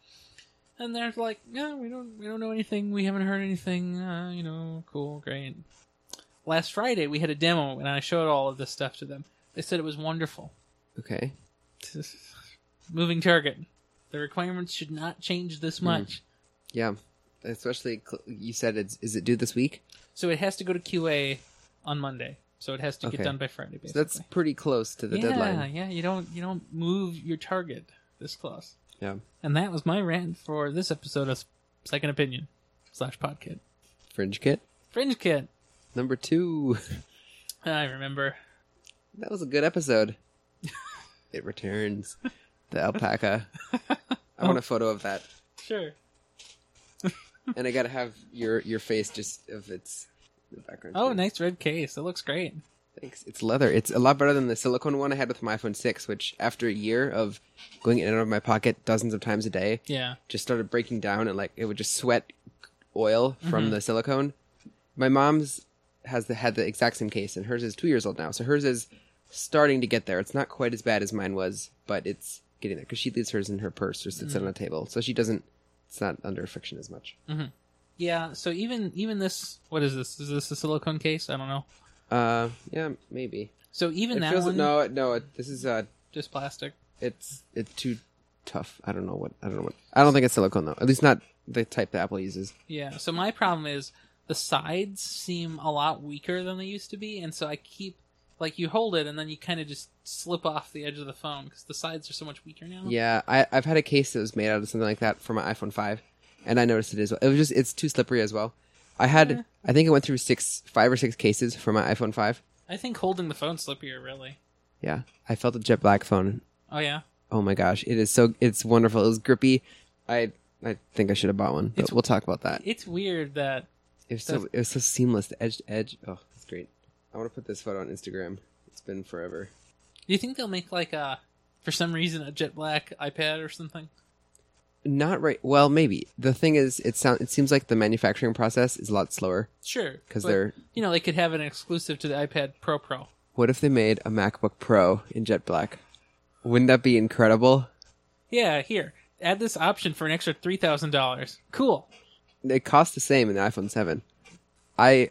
[SPEAKER 2] And they're like, "Yeah, we don't we don't know anything. We haven't heard anything. Uh, you know, cool, great." last Friday we had a demo and I showed all of this stuff to them. They said it was wonderful.
[SPEAKER 3] Okay.
[SPEAKER 2] Moving target. The requirements should not change
[SPEAKER 3] Hmm.
[SPEAKER 2] this much.
[SPEAKER 3] Yeah. Especially cl- you said it's is it due this week?
[SPEAKER 2] So it has to go to QA on Monday. So it has to
[SPEAKER 3] Okay.
[SPEAKER 2] get done by Friday basically.
[SPEAKER 3] So that's pretty close to the
[SPEAKER 2] yeah,
[SPEAKER 3] deadline.
[SPEAKER 2] yeah, you don't you don't move your target this close.
[SPEAKER 3] Yeah.
[SPEAKER 2] And that was my rant for this episode of Second Opinion slash Podkit.
[SPEAKER 3] Fringe kit
[SPEAKER 2] Fringe Kit.
[SPEAKER 3] number two.
[SPEAKER 2] I remember.
[SPEAKER 3] That was a good episode. it returns. The alpaca. I want a photo of that.
[SPEAKER 2] Sure.
[SPEAKER 3] And I gotta have your your face just of its in the background.
[SPEAKER 2] Oh,
[SPEAKER 3] too.
[SPEAKER 2] nice red case. It looks great.
[SPEAKER 3] Thanks. It's leather. It's a lot better than the silicone one I had with my iPhone 6, which after a year of going in and out of my pocket dozens of times a day,
[SPEAKER 2] Yeah.
[SPEAKER 3] just started breaking down and like it would just sweat oil from
[SPEAKER 2] Mm-hmm.
[SPEAKER 3] the silicone. My mom's has the had the exact same case and hers is 2 years old now. So hers is starting to get there. It's not quite as bad as mine was, but it's getting there cuz she leaves hers in her purse or
[SPEAKER 2] Mm.
[SPEAKER 3] sits it on a table. So she doesn't it's not under friction as much.
[SPEAKER 2] Yeah, so even even this what is this? Is this a silicone case? I don't know.
[SPEAKER 3] Uh yeah, maybe.
[SPEAKER 2] So even
[SPEAKER 3] It
[SPEAKER 2] that
[SPEAKER 3] feels
[SPEAKER 2] one
[SPEAKER 3] no no it, this is uh
[SPEAKER 2] just plastic.
[SPEAKER 3] it's it's too tough. I don't know what I don't know what I don't think it's silicone though. At least not the type that Apple uses.
[SPEAKER 2] Yeah. So my problem is the sides seem a lot weaker than they used to be, and so I keep like you hold it and then you kind of just slip off the edge of the phone because the sides are so much weaker now.
[SPEAKER 3] Yeah, I, I've had a case that was made out of something like that for my iPhone five, and I noticed it as well. It was just it's too slippery as well. I had
[SPEAKER 2] Yeah.
[SPEAKER 3] I think I went through six five or six cases for my iPhone five.
[SPEAKER 2] I think holding the phone's slippier, really.
[SPEAKER 3] Yeah, I felt a jet black phone.
[SPEAKER 2] Oh yeah.
[SPEAKER 3] Oh my gosh, it is so it's wonderful. It was grippy. I I think I should have bought one, but
[SPEAKER 2] It's-
[SPEAKER 3] we'll talk about that.
[SPEAKER 2] It's weird that
[SPEAKER 3] It was so it was so seamless, the edge to edge. Oh, it's great. I want to put this photo on Instagram. It's been forever.
[SPEAKER 2] do you think they'll make like a for some reason a jet black iPad or something?
[SPEAKER 3] Not right. Well, maybe the thing is, it sound it seems like the manufacturing process is a lot slower
[SPEAKER 2] Sure.
[SPEAKER 3] because
[SPEAKER 2] but,
[SPEAKER 3] they're
[SPEAKER 2] you know, they could have an exclusive to the iPad Pro Pro.
[SPEAKER 3] What if they made a MacBook Pro in jet black? Wouldn't that be incredible?
[SPEAKER 2] Yeah, here. Add this option for an extra three thousand dollars. Cool.
[SPEAKER 3] They cost the same in the iPhone 7. I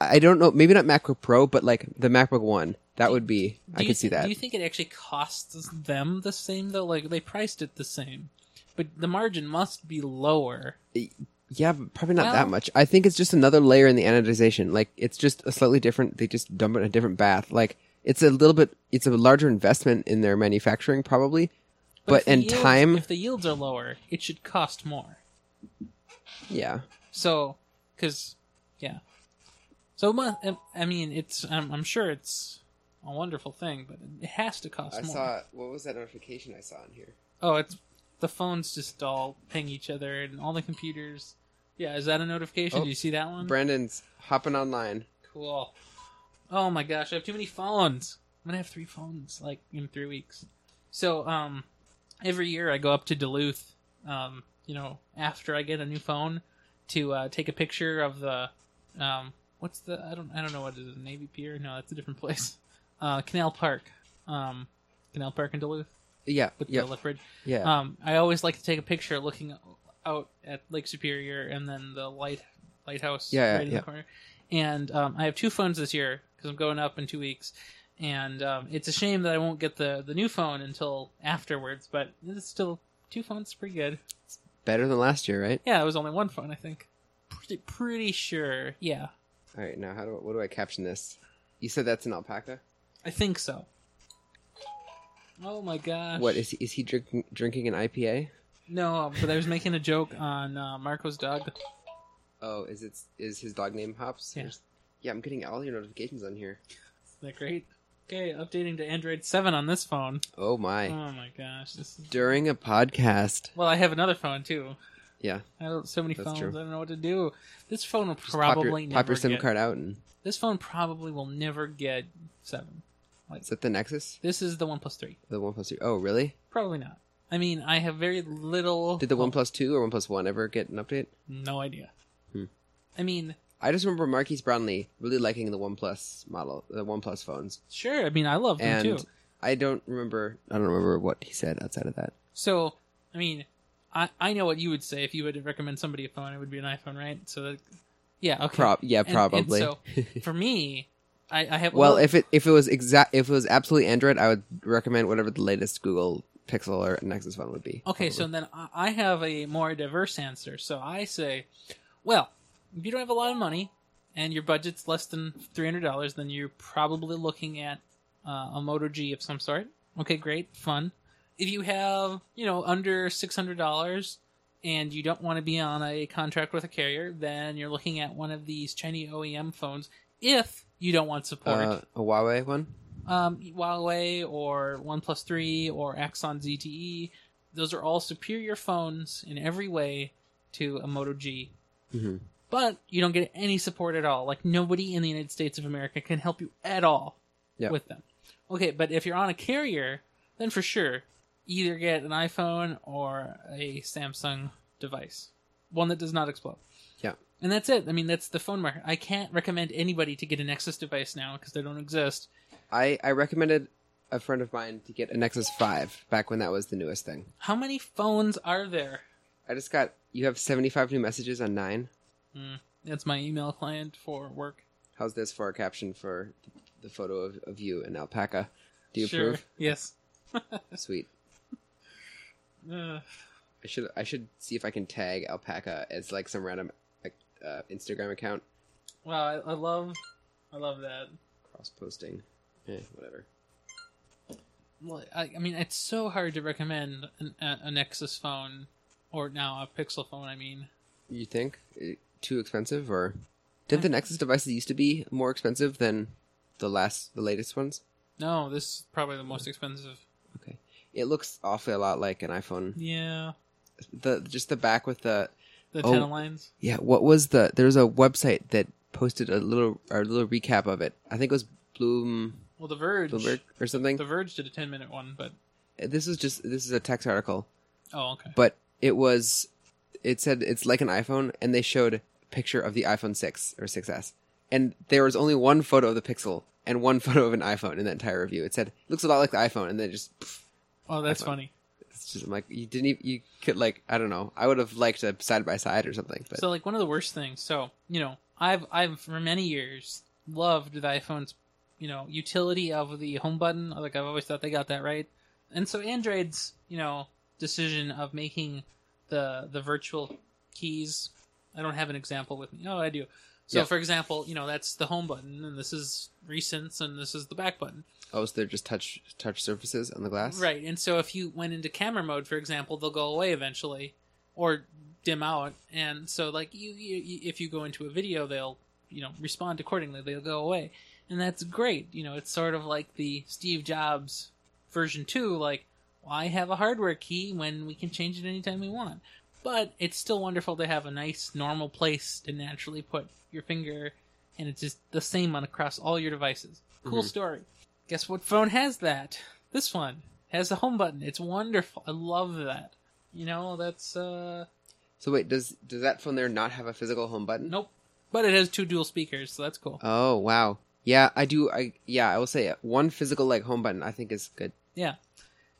[SPEAKER 3] I don't know, maybe not MacBook Pro, but like the MacBook 1. That would be I
[SPEAKER 2] Do you
[SPEAKER 3] could see
[SPEAKER 2] thi-
[SPEAKER 3] that.
[SPEAKER 2] Do you think it actually costs them the same though? Like they priced it the same, but the margin must be lower.
[SPEAKER 3] yeah, but probably not
[SPEAKER 2] Well-
[SPEAKER 3] that much. I think it's just another layer in the anodization. Like it's just a slightly different they just dump it in a different bath. Like it's a little bit it's a larger investment in their manufacturing probably. But,
[SPEAKER 2] if the
[SPEAKER 3] and
[SPEAKER 2] yields-
[SPEAKER 3] time,
[SPEAKER 2] if the yields are lower, it should cost more.
[SPEAKER 3] yeah.
[SPEAKER 2] So, because yeah, so mu- I mean, it's I'm, I'm sure it's a wonderful thing, but it has to cost more.
[SPEAKER 3] what was that notification I saw in here?
[SPEAKER 2] Oh, it's the phones just all ping each other and all the computers. Yeah, is that a notification?
[SPEAKER 3] Oh,
[SPEAKER 2] Do you see that one?
[SPEAKER 3] Brandon's hopping online.
[SPEAKER 2] Cool. Oh my gosh, I have too many phones. I'm gonna have three phones like in three weeks. So, um, every year I go up to Duluth, um, you know, after I get a new phone, to uh, take a picture of the, um, what's the I don't I don't know what it is Navy Pier? No, that's a different place. Uh, Canal Park, um, Canal Park in Duluth
[SPEAKER 3] Yeah,
[SPEAKER 2] with
[SPEAKER 3] yeah,
[SPEAKER 2] the lift bridge.
[SPEAKER 3] yeah.
[SPEAKER 2] Um, I always like to take a picture looking out at Lake Superior and then the light lighthouse
[SPEAKER 3] Yeah, yeah,
[SPEAKER 2] right in
[SPEAKER 3] yeah.
[SPEAKER 2] the corner. And um, I have two phones this year because I'm going up in two weeks. And um, it's a shame that I won't get the the new phone until afterwards. But it's still two phones, pretty good.
[SPEAKER 3] Better than last year, right?
[SPEAKER 2] Yeah, it was only one phone, I think. Pretty pretty sure. Yeah,
[SPEAKER 3] All right, now how do what do I caption this? You said that's an alpaca.
[SPEAKER 2] I think so. Oh my gosh!
[SPEAKER 3] What is he, is he drinking drinking an IPA?
[SPEAKER 2] No, um, but I was making a joke on uh, Marco's dog.
[SPEAKER 3] Oh, is it is his dog name Hops?
[SPEAKER 2] Yeah.
[SPEAKER 3] Yeah, I'm getting all your notifications on here.
[SPEAKER 2] Isn't that great? Okay, updating to Android 7 on this phone.
[SPEAKER 3] Oh my!
[SPEAKER 2] Oh my gosh. This is...
[SPEAKER 3] During a podcast,
[SPEAKER 2] Well, I have another phone too.
[SPEAKER 3] yeah,
[SPEAKER 2] I have so many
[SPEAKER 3] That's
[SPEAKER 2] phones.
[SPEAKER 3] true.
[SPEAKER 2] I don't know what to do. This phone will
[SPEAKER 3] just pop your,
[SPEAKER 2] probably never
[SPEAKER 3] pop your SIM
[SPEAKER 2] get...
[SPEAKER 3] card out, and
[SPEAKER 2] This phone probably will never get 7.
[SPEAKER 3] is that the Nexus?
[SPEAKER 2] This is the One 3.
[SPEAKER 3] The One Plus Two? Oh, really?
[SPEAKER 2] Probably not. I mean, I have very little
[SPEAKER 3] Did the One Plus Two or One Plus One ever get an update?
[SPEAKER 2] No idea.
[SPEAKER 3] Hmm.
[SPEAKER 2] I mean,
[SPEAKER 3] I just remember Marquise Brownlee really liking the One Plus model, the One Plus phones.
[SPEAKER 2] sure. I mean, I love them
[SPEAKER 3] and
[SPEAKER 2] Oh, too.
[SPEAKER 3] I don't remember. I don't remember what he said outside of that.
[SPEAKER 2] So, I mean, I I know what you would say if you would recommend somebody a phone. It would be an iPhone, right? So, that, yeah, okay.
[SPEAKER 3] Prob yeah,
[SPEAKER 2] and
[SPEAKER 3] probably.
[SPEAKER 2] so- for me, I, I have
[SPEAKER 3] well, if it if it was exact if it was absolutely Android, I would recommend whatever the latest Google Pixel or Nexus phone would be.
[SPEAKER 2] okay, so then I I have a more diverse answer. So I say, well, if you don't have a lot of money and your budget's less than three hundred dollars, then you're probably looking at uh, a Moto G of some sort. Okay, great, fun. If you have you know under six hundred dollars and you don't want to be on a contract with a carrier, then you're looking at one of these Chinese OEM phones. If you don't want support,
[SPEAKER 3] uh, a Huawei one.
[SPEAKER 2] um, Huawei or OnePlus 3 or Axon E, ZTE. Those are all superior phones in every way to a Moto G.
[SPEAKER 3] Mm-hmm.
[SPEAKER 2] But you don't get any support at all. Like nobody in the United States of America can help you at all
[SPEAKER 3] Yeah.
[SPEAKER 2] with them. Okay, but if you're on a carrier, then for sure, either get an iPhone or a Samsung device, one that does not explode.
[SPEAKER 3] Yeah.
[SPEAKER 2] And that's it. I mean, that's the phone market. I can't recommend anybody to get a Nexus device now because they don't exist.
[SPEAKER 3] I, I recommended a friend of mine to get a Nexus 5 back when that was the newest thing.
[SPEAKER 2] How many phones are there?
[SPEAKER 3] I just got, you have 75 new messages on 9.
[SPEAKER 2] That's my email client for work.
[SPEAKER 3] How's this for a caption for the photo of, of you and alpaca? Do you
[SPEAKER 2] sure.
[SPEAKER 3] approve?
[SPEAKER 2] Yes.
[SPEAKER 3] Sweet.
[SPEAKER 2] Ugh.
[SPEAKER 3] I should I should see if I can tag alpaca as like some random like, uh, Instagram account
[SPEAKER 2] wow, I, I love, I love that.
[SPEAKER 3] cross posting. Eh, whatever.
[SPEAKER 2] Well, I, I mean, it's so hard to recommend an, a, a Nexus phone, or now a Pixel phone. I mean,
[SPEAKER 3] You think Eh, too expensive or did the Nexus devices used to be more expensive than the last the latest ones?
[SPEAKER 2] no, this is probably the most expensive.
[SPEAKER 3] Okay. It looks awfully a lot like an iPhone.
[SPEAKER 2] Yeah,
[SPEAKER 3] The just the back with the
[SPEAKER 2] the
[SPEAKER 3] Oh.
[SPEAKER 2] ten lines.
[SPEAKER 3] yeah. What was the? There was a website that posted a little a little recap of it. I think it was Bloom
[SPEAKER 2] Well, The Verge,
[SPEAKER 3] Bloomberg or something.
[SPEAKER 2] The Verge did a ten minute one, but
[SPEAKER 3] This is just this is a text article,
[SPEAKER 2] oh, okay.
[SPEAKER 3] but it was it said it's like an iPhone, and they showed a picture of the iPhone six or 6S. and there was only one photo of the Pixel and one photo of an iPhone in that entire review. It said looks a lot like the iPhone, and then it just pff,
[SPEAKER 2] Oh, that's
[SPEAKER 3] iPhone.
[SPEAKER 2] funny.
[SPEAKER 3] it's just I'm like you didn't even, you could like I don't know. I would have liked a side by side or something, but
[SPEAKER 2] So, like one of the worst things. So, you know, I've I've for many years loved the iPhone's, you know, utility of the home button. Like I've always thought they got that right. And so Android's, you know, decision of making the the virtual keys. I don't have an example with me. Oh, I do. So,
[SPEAKER 3] Yeah.
[SPEAKER 2] for example, you know, that's the home button, and this is recents, and this is the back button.
[SPEAKER 3] oh, so they're just touch touch surfaces on the glass,
[SPEAKER 2] Right, and so if you went into camera mode, for example, they'll go away eventually, or dim out. And so, like you, you you- if you go into a video, they'll you know respond accordingly. They'll go away, and that's great. You know, it's sort of like the Steve Jobs version two. Like, why have a hardware key when we can change it anytime we want? But it's still wonderful to have a nice, normal place to naturally put your finger, and it's just the same on across all your devices. Cool
[SPEAKER 3] Mhm.
[SPEAKER 2] story. Guess what phone has that? This one has the home button. It's wonderful. I love that. You know, that's uh
[SPEAKER 3] So wait, does does that phone there not have a physical home button?
[SPEAKER 2] nope. But it has two dual speakers, so that's cool.
[SPEAKER 3] Oh wow. Yeah, I do. I yeah, I will say it. one physical like home button. I think is good.
[SPEAKER 2] Yeah.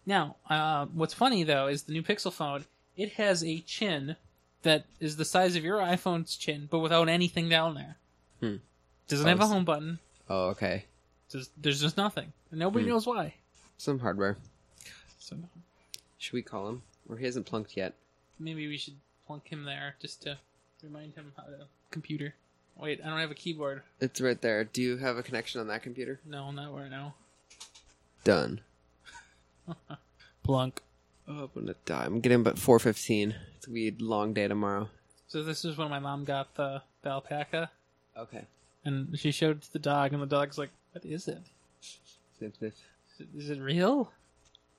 [SPEAKER 2] Now, uh, what's funny though is the new Pixel phone. It has a chin that is the size of your iPhone's chin, but without anything down there.
[SPEAKER 3] Hmm.
[SPEAKER 2] Doesn't have a
[SPEAKER 3] Obviously.
[SPEAKER 2] home button.
[SPEAKER 3] Oh okay,
[SPEAKER 2] Just, there's just nothing. And nobody
[SPEAKER 3] Hmm.
[SPEAKER 2] knows why.
[SPEAKER 3] some hardware.
[SPEAKER 2] So no.
[SPEAKER 3] Should we call him? Or he hasn't plunked yet.
[SPEAKER 2] maybe we should plunk him there just to remind him how to computer. Wait, I don't have a keyboard.
[SPEAKER 3] It's right there. Do you have a connection on that computer?
[SPEAKER 2] No, not right now.
[SPEAKER 3] Done.
[SPEAKER 2] Plunk.
[SPEAKER 3] Oh, I'm gonna die. I'm getting up at four fifteen. It's gonna be a long day tomorrow.
[SPEAKER 2] So this is when my mom got the, the alpaca,
[SPEAKER 3] Okay.
[SPEAKER 2] and she showed it to the dog, and the dog's like, "What is it?
[SPEAKER 3] Sniff sniff.
[SPEAKER 2] Is it, is it real?"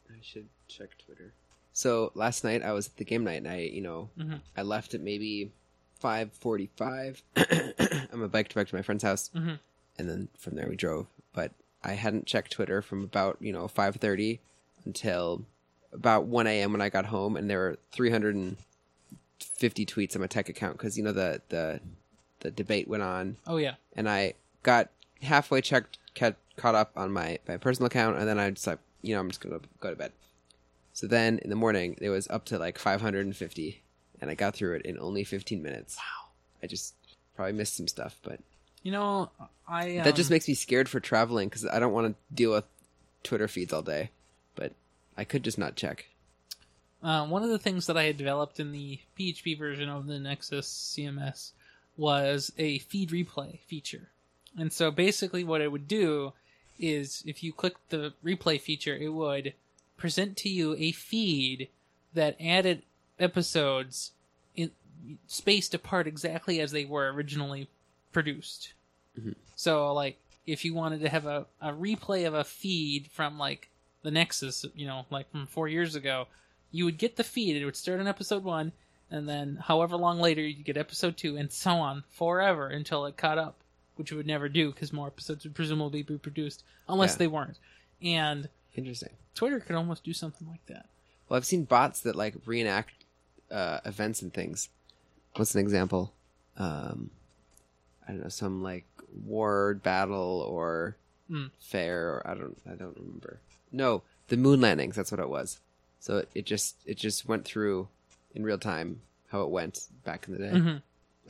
[SPEAKER 3] I should check Twitter. So last night I was at the game night, and I, you know,
[SPEAKER 2] Mhm.
[SPEAKER 3] I left at maybe five forty-five. I'm a bike to back to my friend's house,
[SPEAKER 2] Mhm.
[SPEAKER 3] and then from there we drove. But I hadn't checked Twitter from about you know five thirty until about one a.m. when I got home, and there were three hundred and fifty tweets on my tech account because you know the the the debate went on
[SPEAKER 2] Oh yeah,
[SPEAKER 3] and I got halfway checked, ca caught up on my, my personal account, and then I just like, you know, I'm just gonna go to bed. So then in the morning, it was up to like 550, and I got through it in only 15 minutes. Wow! I just probably missed some stuff, but
[SPEAKER 2] you know, I um,
[SPEAKER 3] that just makes me scared for traveling because I don't want to deal with Twitter feeds all day. But I could just not check.
[SPEAKER 2] uh, one of the things that I had developed in the PHP version of the Nexus CMS was a feed replay feature. And so basically, what it would do is if you click the replay feature, it would present to you a feed that added episodes in, spaced apart exactly as they were originally produced.
[SPEAKER 3] Mhm.
[SPEAKER 2] So, like, if you wanted to have a, a replay of a feed from, like, the Nexus, you know, like from four years ago, you would get the feed. It would start on episode one, and then however long later you get episode two, and so on forever until it caught up, which it would never do because more episodes would presumably be produced unless
[SPEAKER 3] Yeah.
[SPEAKER 2] they weren't. And
[SPEAKER 3] Interesting.
[SPEAKER 2] Twitter could almost do something like that.
[SPEAKER 3] Well, I've seen bots that like reenact uh, events and things. What's an example? Um, I don't know, some like war battle or
[SPEAKER 2] Mm.
[SPEAKER 3] fair. Or I don't, I don't remember. No, the moon landings. That's what it was. So it, it just it just went through in real time how it went back in the day.
[SPEAKER 2] Mhm.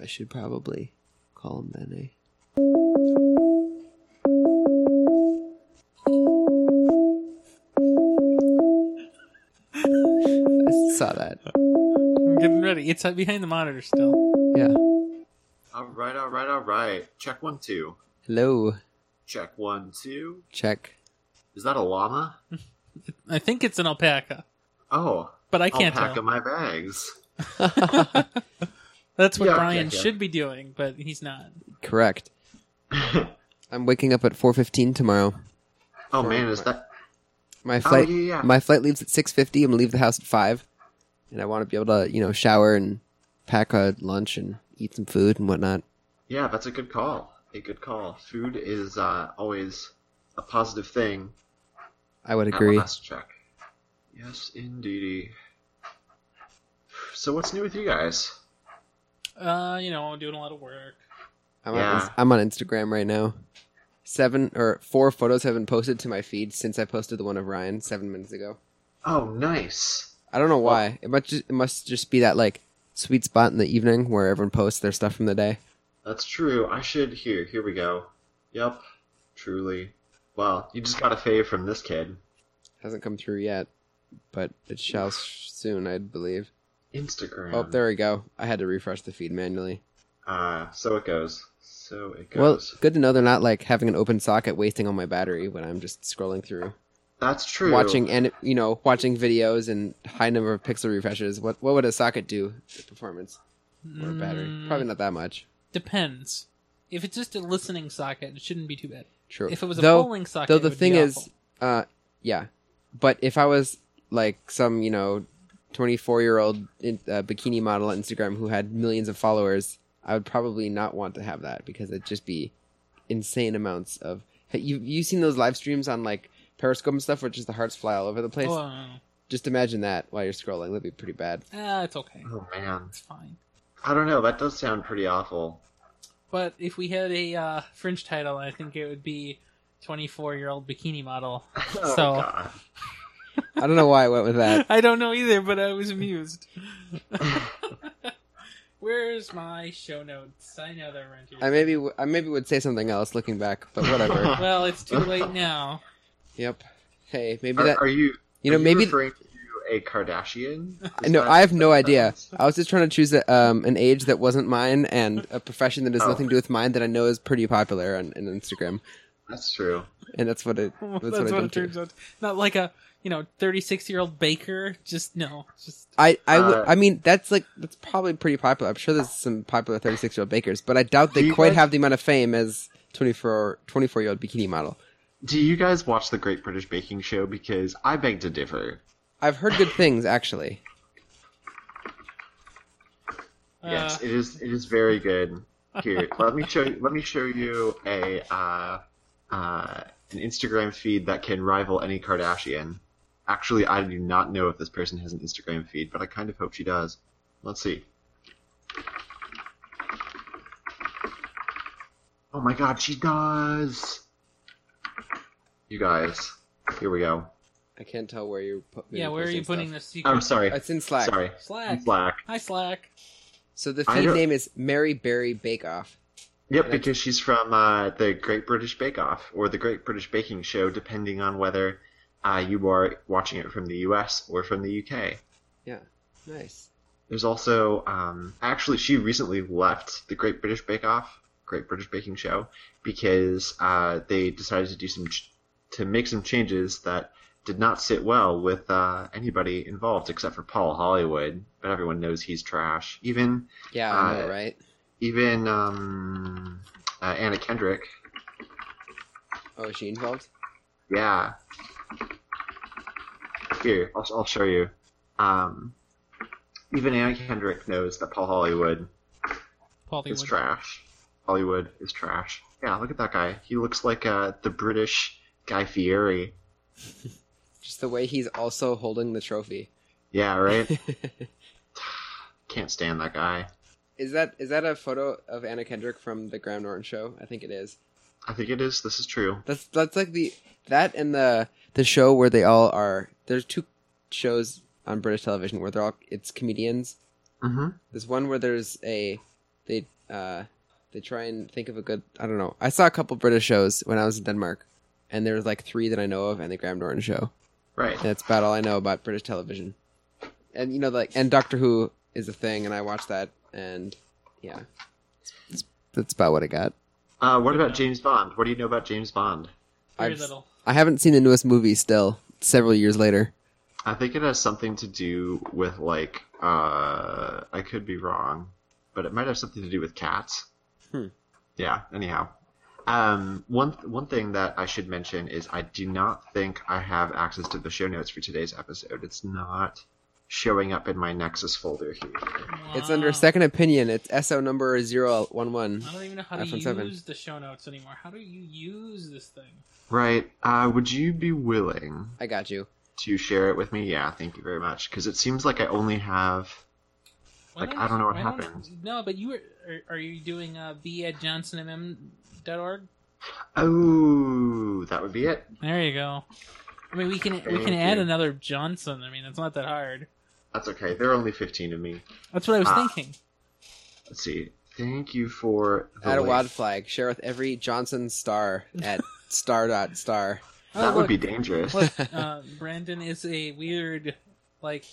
[SPEAKER 3] I should probably call him then. Eh? I saw that.
[SPEAKER 2] I'm
[SPEAKER 3] Mm.
[SPEAKER 2] getting ready. It's uh, behind the monitor still.
[SPEAKER 3] Yeah.
[SPEAKER 1] All right, all right, all right. Check one, two.
[SPEAKER 3] Hello.
[SPEAKER 1] Check one, two.
[SPEAKER 3] Check.
[SPEAKER 1] Is that a llama?
[SPEAKER 2] I think it's an alpaca,
[SPEAKER 1] Oh,
[SPEAKER 2] but I can't
[SPEAKER 1] alpaca
[SPEAKER 2] tell.
[SPEAKER 1] my bags.
[SPEAKER 2] That's what
[SPEAKER 1] Yeah,
[SPEAKER 2] Brian
[SPEAKER 1] yeah, yeah.
[SPEAKER 2] should be doing, but he's not.
[SPEAKER 3] Correct. I'm waking up at 4:15 tomorrow.
[SPEAKER 1] Oh man, is that?
[SPEAKER 3] My flight
[SPEAKER 1] Oh, yeah, yeah.
[SPEAKER 3] my flight leaves at 6:50. I'm gonna leave the house at 5. And I want to be able to, you know, shower and pack a lunch and eat some food and whatnot.
[SPEAKER 1] Yeah, that's a good call. A good call. Food is uh, always a positive thing.
[SPEAKER 3] I would
[SPEAKER 1] At
[SPEAKER 3] agree.
[SPEAKER 1] last check. Yes, indeedy. So what's new with you guys?
[SPEAKER 2] Uh, you know, doing a lot of work.
[SPEAKER 3] I'm, on,
[SPEAKER 1] Yeah.
[SPEAKER 3] I'm on Instagram right now. Seven or four photos have been posted to my feed since I posted the one of Ryan seven minutes ago.
[SPEAKER 1] Oh, nice.
[SPEAKER 3] I don't know why. It must just, it must just be that like sweet spot in the evening where everyone posts their stuff from the day.
[SPEAKER 1] That's true. I should. Here, here we go. Yep. Truly. Well, you just got a fave from this kid.
[SPEAKER 3] Hasn't come through yet, but it shall sh- soon, I believe.
[SPEAKER 1] Instagram.
[SPEAKER 3] Oh, there we go. I had to refresh the feed manually.
[SPEAKER 1] Uh, so it goes. So it goes.
[SPEAKER 3] Well, good to know they're not like having an open socket wasting all my battery when I'm just scrolling through,
[SPEAKER 1] That's true.
[SPEAKER 3] watching and you know watching videos and high number of pixel refreshes. What what would a socket do to performance or battery?
[SPEAKER 2] Mm,
[SPEAKER 3] Probably not that much.
[SPEAKER 2] Depends. If it's just a listening socket, it shouldn't be too bad.
[SPEAKER 3] True.
[SPEAKER 2] If it was a
[SPEAKER 3] though,
[SPEAKER 2] polling socket,
[SPEAKER 3] though
[SPEAKER 2] it
[SPEAKER 3] the
[SPEAKER 2] would
[SPEAKER 3] thing
[SPEAKER 2] be
[SPEAKER 3] is,
[SPEAKER 2] awful.
[SPEAKER 3] uh, yeah. But if I was like some you know, twenty four year old in, uh, bikini model on Instagram who had millions of followers, I would probably not want to have that because it'd just be insane amounts of. Hey, You you seen those live streams on like Periscope and stuff where just the hearts fly all over the place?
[SPEAKER 2] oh, no, no,
[SPEAKER 3] Just imagine that while you're scrolling. That'd be pretty bad.
[SPEAKER 2] no. Ah, it's okay.
[SPEAKER 1] Oh man,
[SPEAKER 2] It's fine.
[SPEAKER 1] I don't know. That does sound pretty awful.
[SPEAKER 2] But if we had a uh, French title, I think it would be 24 year old bikini model. so
[SPEAKER 1] Oh, God.
[SPEAKER 3] I don't know why I went with that.
[SPEAKER 2] I don't know either, but I was amused. Where's my show notes? I know they're right here.
[SPEAKER 3] I maybe w- I maybe would say something else looking back, but whatever.
[SPEAKER 2] well, it's too late now.
[SPEAKER 3] yep. Hey, maybe
[SPEAKER 1] Are,
[SPEAKER 3] that
[SPEAKER 1] are you?
[SPEAKER 3] you know
[SPEAKER 1] are
[SPEAKER 3] maybe
[SPEAKER 1] referring to a Kardashian. Is
[SPEAKER 3] No,
[SPEAKER 1] that-
[SPEAKER 3] I have no
[SPEAKER 1] that
[SPEAKER 3] idea.
[SPEAKER 1] sounds-
[SPEAKER 3] I was just trying to choose a, um, an age that wasn't mine and a profession that has
[SPEAKER 1] Oh.
[SPEAKER 3] nothing to do with mine that I know is pretty popular on, on Instagram,
[SPEAKER 1] That's true.
[SPEAKER 3] and that's what it.
[SPEAKER 2] That's,
[SPEAKER 3] That's, what, I
[SPEAKER 2] what it
[SPEAKER 3] jumped to.
[SPEAKER 2] turns out. Not like a you know 36 year old baker. Just no. Just
[SPEAKER 3] I I would-
[SPEAKER 1] Uh,
[SPEAKER 3] I mean that's like that's probably pretty popular. I'm sure there's some popular 36 year old bakers, but I doubt
[SPEAKER 1] Do
[SPEAKER 3] they
[SPEAKER 1] you
[SPEAKER 3] quite
[SPEAKER 1] guys-
[SPEAKER 3] have the amount of fame as 24 24 year old bikini model.
[SPEAKER 1] Do you guys watch the Great British Baking Show? Because I beg to differ.
[SPEAKER 3] I've heard good things actually.
[SPEAKER 2] uh,
[SPEAKER 1] yes, it is. It is very good. Here, let me show. You, let me show you a uh, uh, an Instagram feed that can rival any Kardashian. Actually, I do not know if this person has an Instagram feed, but I kind of hope she does. Let's see. Oh my God, she does! You guys, here we go.
[SPEAKER 3] I can't tell where you're. Pu-
[SPEAKER 2] yeah. Where are you putting
[SPEAKER 3] this?
[SPEAKER 2] this secret?
[SPEAKER 1] Oh, sorry,
[SPEAKER 3] It's in Slack.
[SPEAKER 1] sorry.
[SPEAKER 2] Slack.
[SPEAKER 1] Slack.
[SPEAKER 2] Hi, Slack.
[SPEAKER 3] So the
[SPEAKER 1] I
[SPEAKER 3] feed
[SPEAKER 1] don't-
[SPEAKER 3] name is Mary Berry Bake Off.
[SPEAKER 1] Yep, because she's from uh, the Great British Bake Off or the Great British Baking Show, depending on whether uh, you are watching it from the U.S. or from the U.K.
[SPEAKER 3] Yeah, nice.
[SPEAKER 1] There's also um, actually she recently left the Great British Bake Off, Great British Baking Show, because uh, they decided to do some ch- to make some changes that did not sit well with uh, anybody involved except for Paul Hollywood. But everyone knows he's trash. Even
[SPEAKER 3] Yeah, I know,
[SPEAKER 1] Uh,
[SPEAKER 3] right?
[SPEAKER 1] even um, uh, Anna Kendrick.
[SPEAKER 3] Oh, is she involved?
[SPEAKER 1] Yeah. Here, I'll, I'll show you. Um, even Anna Kendrick knows that Paul Hollywood
[SPEAKER 2] Polly
[SPEAKER 1] is trash. Hollywood is trash. Yeah, look at that guy. He looks like uh, the British Guy Fieri.
[SPEAKER 3] Just the way he's also holding the trophy.
[SPEAKER 1] Yeah, right. Can't stand that guy.
[SPEAKER 3] Is that is that a photo of Anna Kendrick from the Graham Norton show? I think it is.
[SPEAKER 1] I think it is. This is true.
[SPEAKER 3] That's that's like the that and the the show where they all are. There's two shows on British television where they're all it's comedians.
[SPEAKER 1] Mm-hmm.
[SPEAKER 3] There's one where there's a they uh they try and think of a good I don't know. I saw a couple British shows when I was in Denmark, and there was like three that I know of, and the Graham Norton show.
[SPEAKER 1] Right.
[SPEAKER 3] And that's about all I know about British television. And you know, like, and Doctor Who is a thing, and I watch that, and yeah, That's- that's about what I got.
[SPEAKER 1] Uh, what about James Bond? What do you know about James Bond?
[SPEAKER 2] Very
[SPEAKER 3] I've-
[SPEAKER 2] little.
[SPEAKER 3] I haven't seen the newest movie still. Several years later,
[SPEAKER 1] I think it has something to do with like uh I could be wrong, but it might have something to do with cats.
[SPEAKER 3] Hmm.
[SPEAKER 1] Yeah, anyhow. Um one one thing that I should mention is I do not think I have access to the show notes for today's episode. It's not showing up in my Nexus folder here.
[SPEAKER 3] it's under
[SPEAKER 2] Wow.
[SPEAKER 3] second opinion. It's SO number 011.
[SPEAKER 2] I don't even know how to
[SPEAKER 3] iPhone
[SPEAKER 2] use
[SPEAKER 3] 7.
[SPEAKER 2] the show notes anymore. How do you use this thing?
[SPEAKER 1] Right. Uh would you be willing
[SPEAKER 3] I got you.
[SPEAKER 1] to share it with me? Yeah, thank you very much cuz it seems like I only have
[SPEAKER 2] Why
[SPEAKER 1] Like, I don't know what
[SPEAKER 2] why
[SPEAKER 1] happened.
[SPEAKER 2] No, but you were. Are, are you doing uh, b at johnsonmm.org?
[SPEAKER 1] Oh, that would be it.
[SPEAKER 2] There you go. I mean, we can we can
[SPEAKER 1] Thank
[SPEAKER 2] add
[SPEAKER 1] you.
[SPEAKER 2] another Johnson. I mean, it's not that hard.
[SPEAKER 1] That's okay. There are only 15 of me.
[SPEAKER 2] That's what I was
[SPEAKER 1] Ah.
[SPEAKER 2] thinking.
[SPEAKER 1] Let's see. Thank you for the
[SPEAKER 3] Add a
[SPEAKER 1] link.
[SPEAKER 3] wad flag. Share with every Johnson star at star dot star.
[SPEAKER 2] Oh,
[SPEAKER 1] That would
[SPEAKER 2] look,
[SPEAKER 1] be dangerous.
[SPEAKER 2] look, uh, Brandon is a weird, like.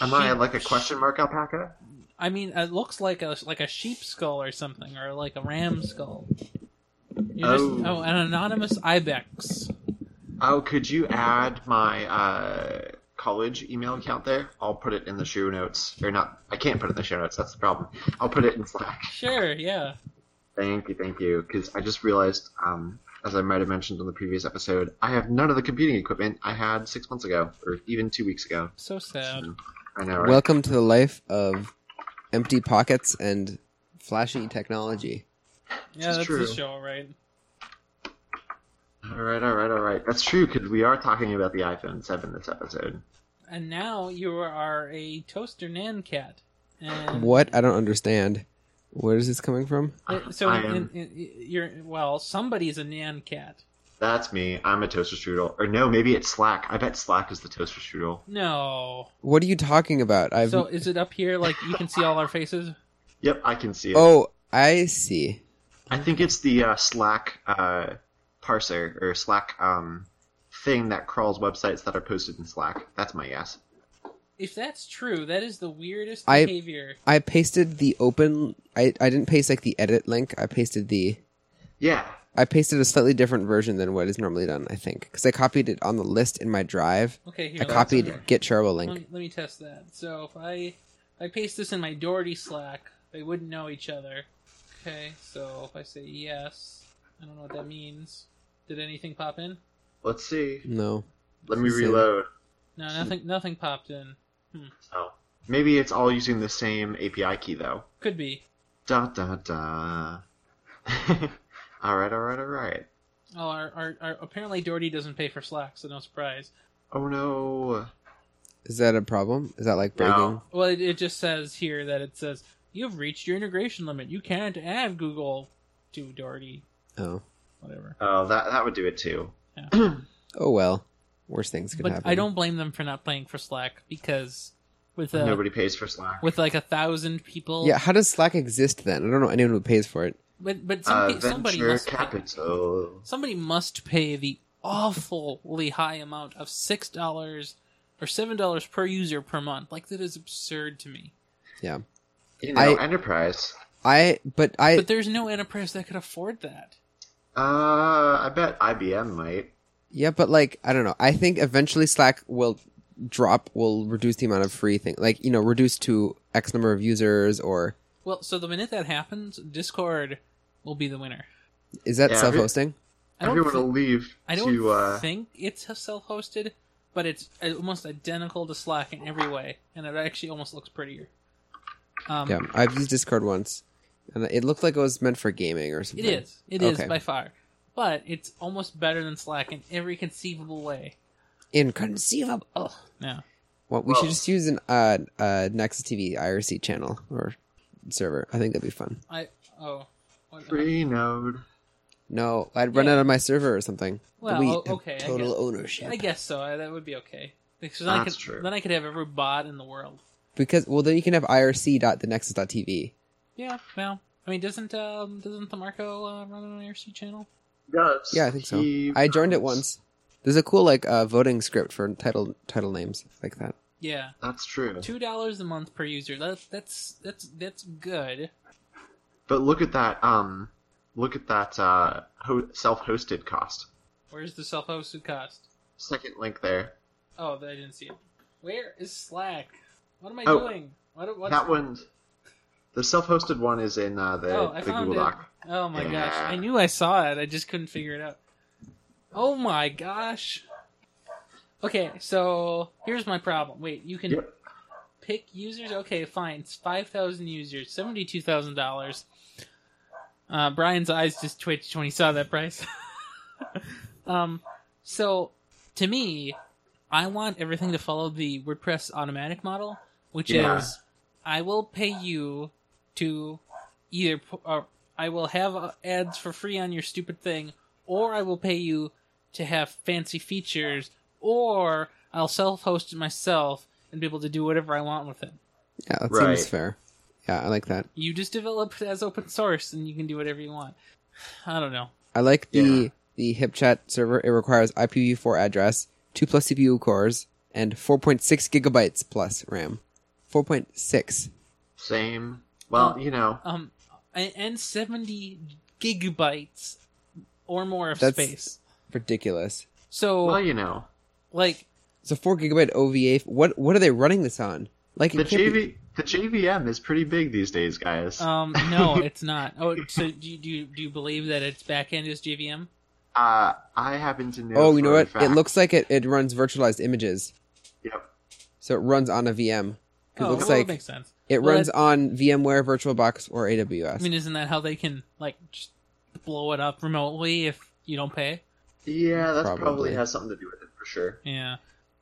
[SPEAKER 1] Am I
[SPEAKER 2] sheep-
[SPEAKER 1] like a question mark alpaca?
[SPEAKER 2] I mean, it looks like a like a sheep skull or something, or like a ram skull. You're just,
[SPEAKER 1] Oh.
[SPEAKER 2] oh, an anonymous ibex.
[SPEAKER 1] Oh, could you add my uh, college email account there? I'll put it in the show notes. Or not. I can't put it in the show notes. That's the problem. I'll put it in Slack.
[SPEAKER 2] Sure, yeah.
[SPEAKER 1] Thank you, thank you. Because I just realized, um, as I might have mentioned in the previous episode, I have none of the computing equipment I had six months ago, or even two weeks ago.
[SPEAKER 2] So sad.
[SPEAKER 1] I know. Right?
[SPEAKER 3] Welcome to the life of empty pockets and flashy technology.
[SPEAKER 2] Yeah, that's
[SPEAKER 1] true.
[SPEAKER 2] the show, right?
[SPEAKER 1] all right, all right, all right. That's true because we are talking about the iPhone 7 this episode.
[SPEAKER 2] And now you are a toaster nan cat. And
[SPEAKER 3] What? I don't understand. Where is this coming from?
[SPEAKER 2] Uh, So
[SPEAKER 1] I
[SPEAKER 2] in,
[SPEAKER 1] am-
[SPEAKER 2] in, in- you're well. Somebody's a nan cat.
[SPEAKER 1] That's me. I'm a toaster strudel. Or no, maybe it's Slack. I bet Slack is the toaster strudel.
[SPEAKER 2] No.
[SPEAKER 3] What are you talking about? I've
[SPEAKER 2] So is it up here? Like you can see all our faces.
[SPEAKER 1] Yep, I can see it.
[SPEAKER 3] Oh, I see.
[SPEAKER 1] I think it's the uh, Slack uh, parser or Slack um, thing that crawls websites that are posted in Slack. That's my guess.
[SPEAKER 2] If that's true, that is the weirdest
[SPEAKER 3] I-
[SPEAKER 2] behavior.
[SPEAKER 3] I pasted the open I I didn't paste like the edit link. I pasted the
[SPEAKER 1] Yeah.
[SPEAKER 3] I pasted a slightly different version than what is normally done, I think, cuz I copied it on the list in my drive.
[SPEAKER 2] Okay, here.
[SPEAKER 3] I
[SPEAKER 2] let's-
[SPEAKER 3] copied get Charbo
[SPEAKER 2] Let,
[SPEAKER 3] link.
[SPEAKER 2] me- let me test that. So if I if I paste this in my Doherty Slack, they wouldn't know each other. Okay, so if I say yes, I don't know what that means. Did anything pop in?
[SPEAKER 1] Let's see.
[SPEAKER 3] No.
[SPEAKER 1] Let me
[SPEAKER 3] Same.
[SPEAKER 1] reload.
[SPEAKER 2] No, nothing. Nothing popped in.
[SPEAKER 1] Oh. Maybe it's all using the same API key though.
[SPEAKER 2] Could be.
[SPEAKER 1] Da da da. all right, all right, all right.
[SPEAKER 2] Oh, our, our, our, apparently Doherty doesn't pay for Slack, so no surprise.
[SPEAKER 1] Oh no.
[SPEAKER 3] Is that a problem? Is that like breaking?
[SPEAKER 1] No.
[SPEAKER 2] Well, it, it just says here that it says you've reached your integration limit. You can't add Google to Doherty,
[SPEAKER 3] Oh.
[SPEAKER 2] whatever.
[SPEAKER 1] Oh, that that would do it too.
[SPEAKER 3] Oh well. Worse things could
[SPEAKER 2] But
[SPEAKER 3] happen.
[SPEAKER 2] I don't blame them for not playing for Slack because with a,
[SPEAKER 1] Nobody pays for Slack.
[SPEAKER 2] with like a thousand people,
[SPEAKER 3] Yeah, how does Slack exist then? I don't know anyone who pays for it.
[SPEAKER 2] But but some,
[SPEAKER 1] uh,
[SPEAKER 2] pe- somebody
[SPEAKER 1] venture
[SPEAKER 2] must pay,
[SPEAKER 1] capital.
[SPEAKER 2] somebody must pay the awfully high amount of six dollars or seven dollars per user per month. Like that is absurd to me.
[SPEAKER 3] Yeah.
[SPEAKER 1] You know,
[SPEAKER 3] I-
[SPEAKER 1] enterprise.
[SPEAKER 3] I but I
[SPEAKER 2] But there's no enterprise that could afford that.
[SPEAKER 1] Uh, I bet IBM might.
[SPEAKER 3] Yeah, but like I don't know. I think eventually Slack will drop will reduce the amount of free thing like you know reduce to x number of users or
[SPEAKER 2] Well, so the minute that happens, Discord will be the winner.
[SPEAKER 3] is that
[SPEAKER 1] Yeah, every-
[SPEAKER 3] self-hosting
[SPEAKER 2] I don't,
[SPEAKER 1] Everyone
[SPEAKER 2] thi-
[SPEAKER 1] will leave
[SPEAKER 2] I don't
[SPEAKER 1] to. Uh,
[SPEAKER 2] think it's self-hosted. but it's almost identical to Slack in every way, and it actually almost looks prettier. Um,
[SPEAKER 3] Yeah, I've used Discord once, and it looked like it was meant for gaming or
[SPEAKER 2] It
[SPEAKER 3] something.
[SPEAKER 2] is. It is
[SPEAKER 3] Okay.
[SPEAKER 2] by far. But it's almost better than Slack in every conceivable way.
[SPEAKER 3] inconceivable.
[SPEAKER 2] Yeah.
[SPEAKER 3] Well, we
[SPEAKER 1] Well-
[SPEAKER 3] should just use an uh, uh, Nexus TV IRC channel or server. I think that'd be fun.
[SPEAKER 2] I oh. What,
[SPEAKER 1] Free node.
[SPEAKER 3] No, I'd run
[SPEAKER 2] Yeah.
[SPEAKER 3] out of my server or something.
[SPEAKER 2] Well,
[SPEAKER 3] we
[SPEAKER 2] o-
[SPEAKER 3] have
[SPEAKER 2] okay, I
[SPEAKER 3] total
[SPEAKER 2] guess-
[SPEAKER 3] ownership.
[SPEAKER 2] I guess so. I, that would be okay. Because then I
[SPEAKER 1] That's
[SPEAKER 2] could,
[SPEAKER 1] true.
[SPEAKER 2] Then I could have every bot in the world.
[SPEAKER 3] Because well, then you can have irc.thenexus.tv.
[SPEAKER 2] Yeah. Well, I mean, doesn't um doesn't the Marco uh, run an IRC channel?
[SPEAKER 1] Yes.
[SPEAKER 3] Yeah, I think so.
[SPEAKER 1] he
[SPEAKER 3] I joined it
[SPEAKER 1] runs.
[SPEAKER 3] once. There's a cool like uh, voting script for title title names like that.
[SPEAKER 2] Yeah.
[SPEAKER 1] That's true.
[SPEAKER 2] Two dollars a month per user. That's that's that's that's good.
[SPEAKER 1] But look at that. Um, look at that uh, ho- self-hosted cost.
[SPEAKER 2] Where's the self-hosted cost?
[SPEAKER 1] Second link there.
[SPEAKER 2] Oh, I didn't see it. Where is Slack? What am I
[SPEAKER 1] Oh.
[SPEAKER 2] doing? What? What's
[SPEAKER 1] that one, the self-hosted one is in uh, the,
[SPEAKER 2] Oh, I
[SPEAKER 1] the
[SPEAKER 2] found
[SPEAKER 1] Google
[SPEAKER 2] it.
[SPEAKER 1] Doc.
[SPEAKER 2] Oh my gosh.
[SPEAKER 1] Yeah.
[SPEAKER 2] I knew I saw it. I just couldn't figure it out. Oh my gosh. Okay, so here's my problem. Wait, you can
[SPEAKER 1] Yep.
[SPEAKER 2] pick users? Okay, fine. It's 5,000 users, $72,000. Uh, Brian's eyes just twitched when he saw that price. um, so, to me, I want everything to follow the WordPress automatic model, which
[SPEAKER 1] Yeah.
[SPEAKER 2] is I will pay you to either pu- or I will have uh, ads for free on your stupid thing, or I will pay you to have fancy features, or I'll self-host it myself and be able to do whatever I want with it.
[SPEAKER 3] Yeah, that
[SPEAKER 1] Right.
[SPEAKER 3] seems fair. Yeah, I like that.
[SPEAKER 2] You just develop it as open source, and you can do whatever you want. I don't know.
[SPEAKER 3] I like the
[SPEAKER 1] Yeah.
[SPEAKER 3] the HipChat server. It requires IPv4 address, two plus CPU cores, and 4.6 gigabytes plus RAM. 4.6.
[SPEAKER 1] Same. Well,
[SPEAKER 2] Oh.
[SPEAKER 1] you know,
[SPEAKER 2] Um, and and seventy gigabytes or more of
[SPEAKER 3] That's-
[SPEAKER 2] space.
[SPEAKER 3] Ridiculous.
[SPEAKER 2] So,
[SPEAKER 1] well, you know,
[SPEAKER 2] like,
[SPEAKER 3] So 4 gigabyte OVA. What what are they running this on? Like it
[SPEAKER 1] the
[SPEAKER 3] can't be-
[SPEAKER 1] JV, the JVM is pretty big these days, guys.
[SPEAKER 2] um, no, it's not. Oh, so do you, do you, do you believe that its backend is JVM?
[SPEAKER 1] uh, I happen to know.
[SPEAKER 3] Oh, you
[SPEAKER 1] for
[SPEAKER 3] know
[SPEAKER 1] a
[SPEAKER 3] what? It
[SPEAKER 1] fact-
[SPEAKER 3] looks like it, it runs virtualized images.
[SPEAKER 1] Yep.
[SPEAKER 3] So it runs on a VM. It
[SPEAKER 2] oh,
[SPEAKER 3] looks
[SPEAKER 2] well,
[SPEAKER 3] like
[SPEAKER 2] it makes sense.
[SPEAKER 3] it
[SPEAKER 2] well,
[SPEAKER 3] runs on VMware VirtualBox or
[SPEAKER 2] I
[SPEAKER 3] AWS.
[SPEAKER 2] mean, isn't that how they can like just blow it up remotely if you don't pay?
[SPEAKER 1] Yeah, that probably.
[SPEAKER 3] Probably.
[SPEAKER 1] has something to do with it for sure.
[SPEAKER 2] Yeah.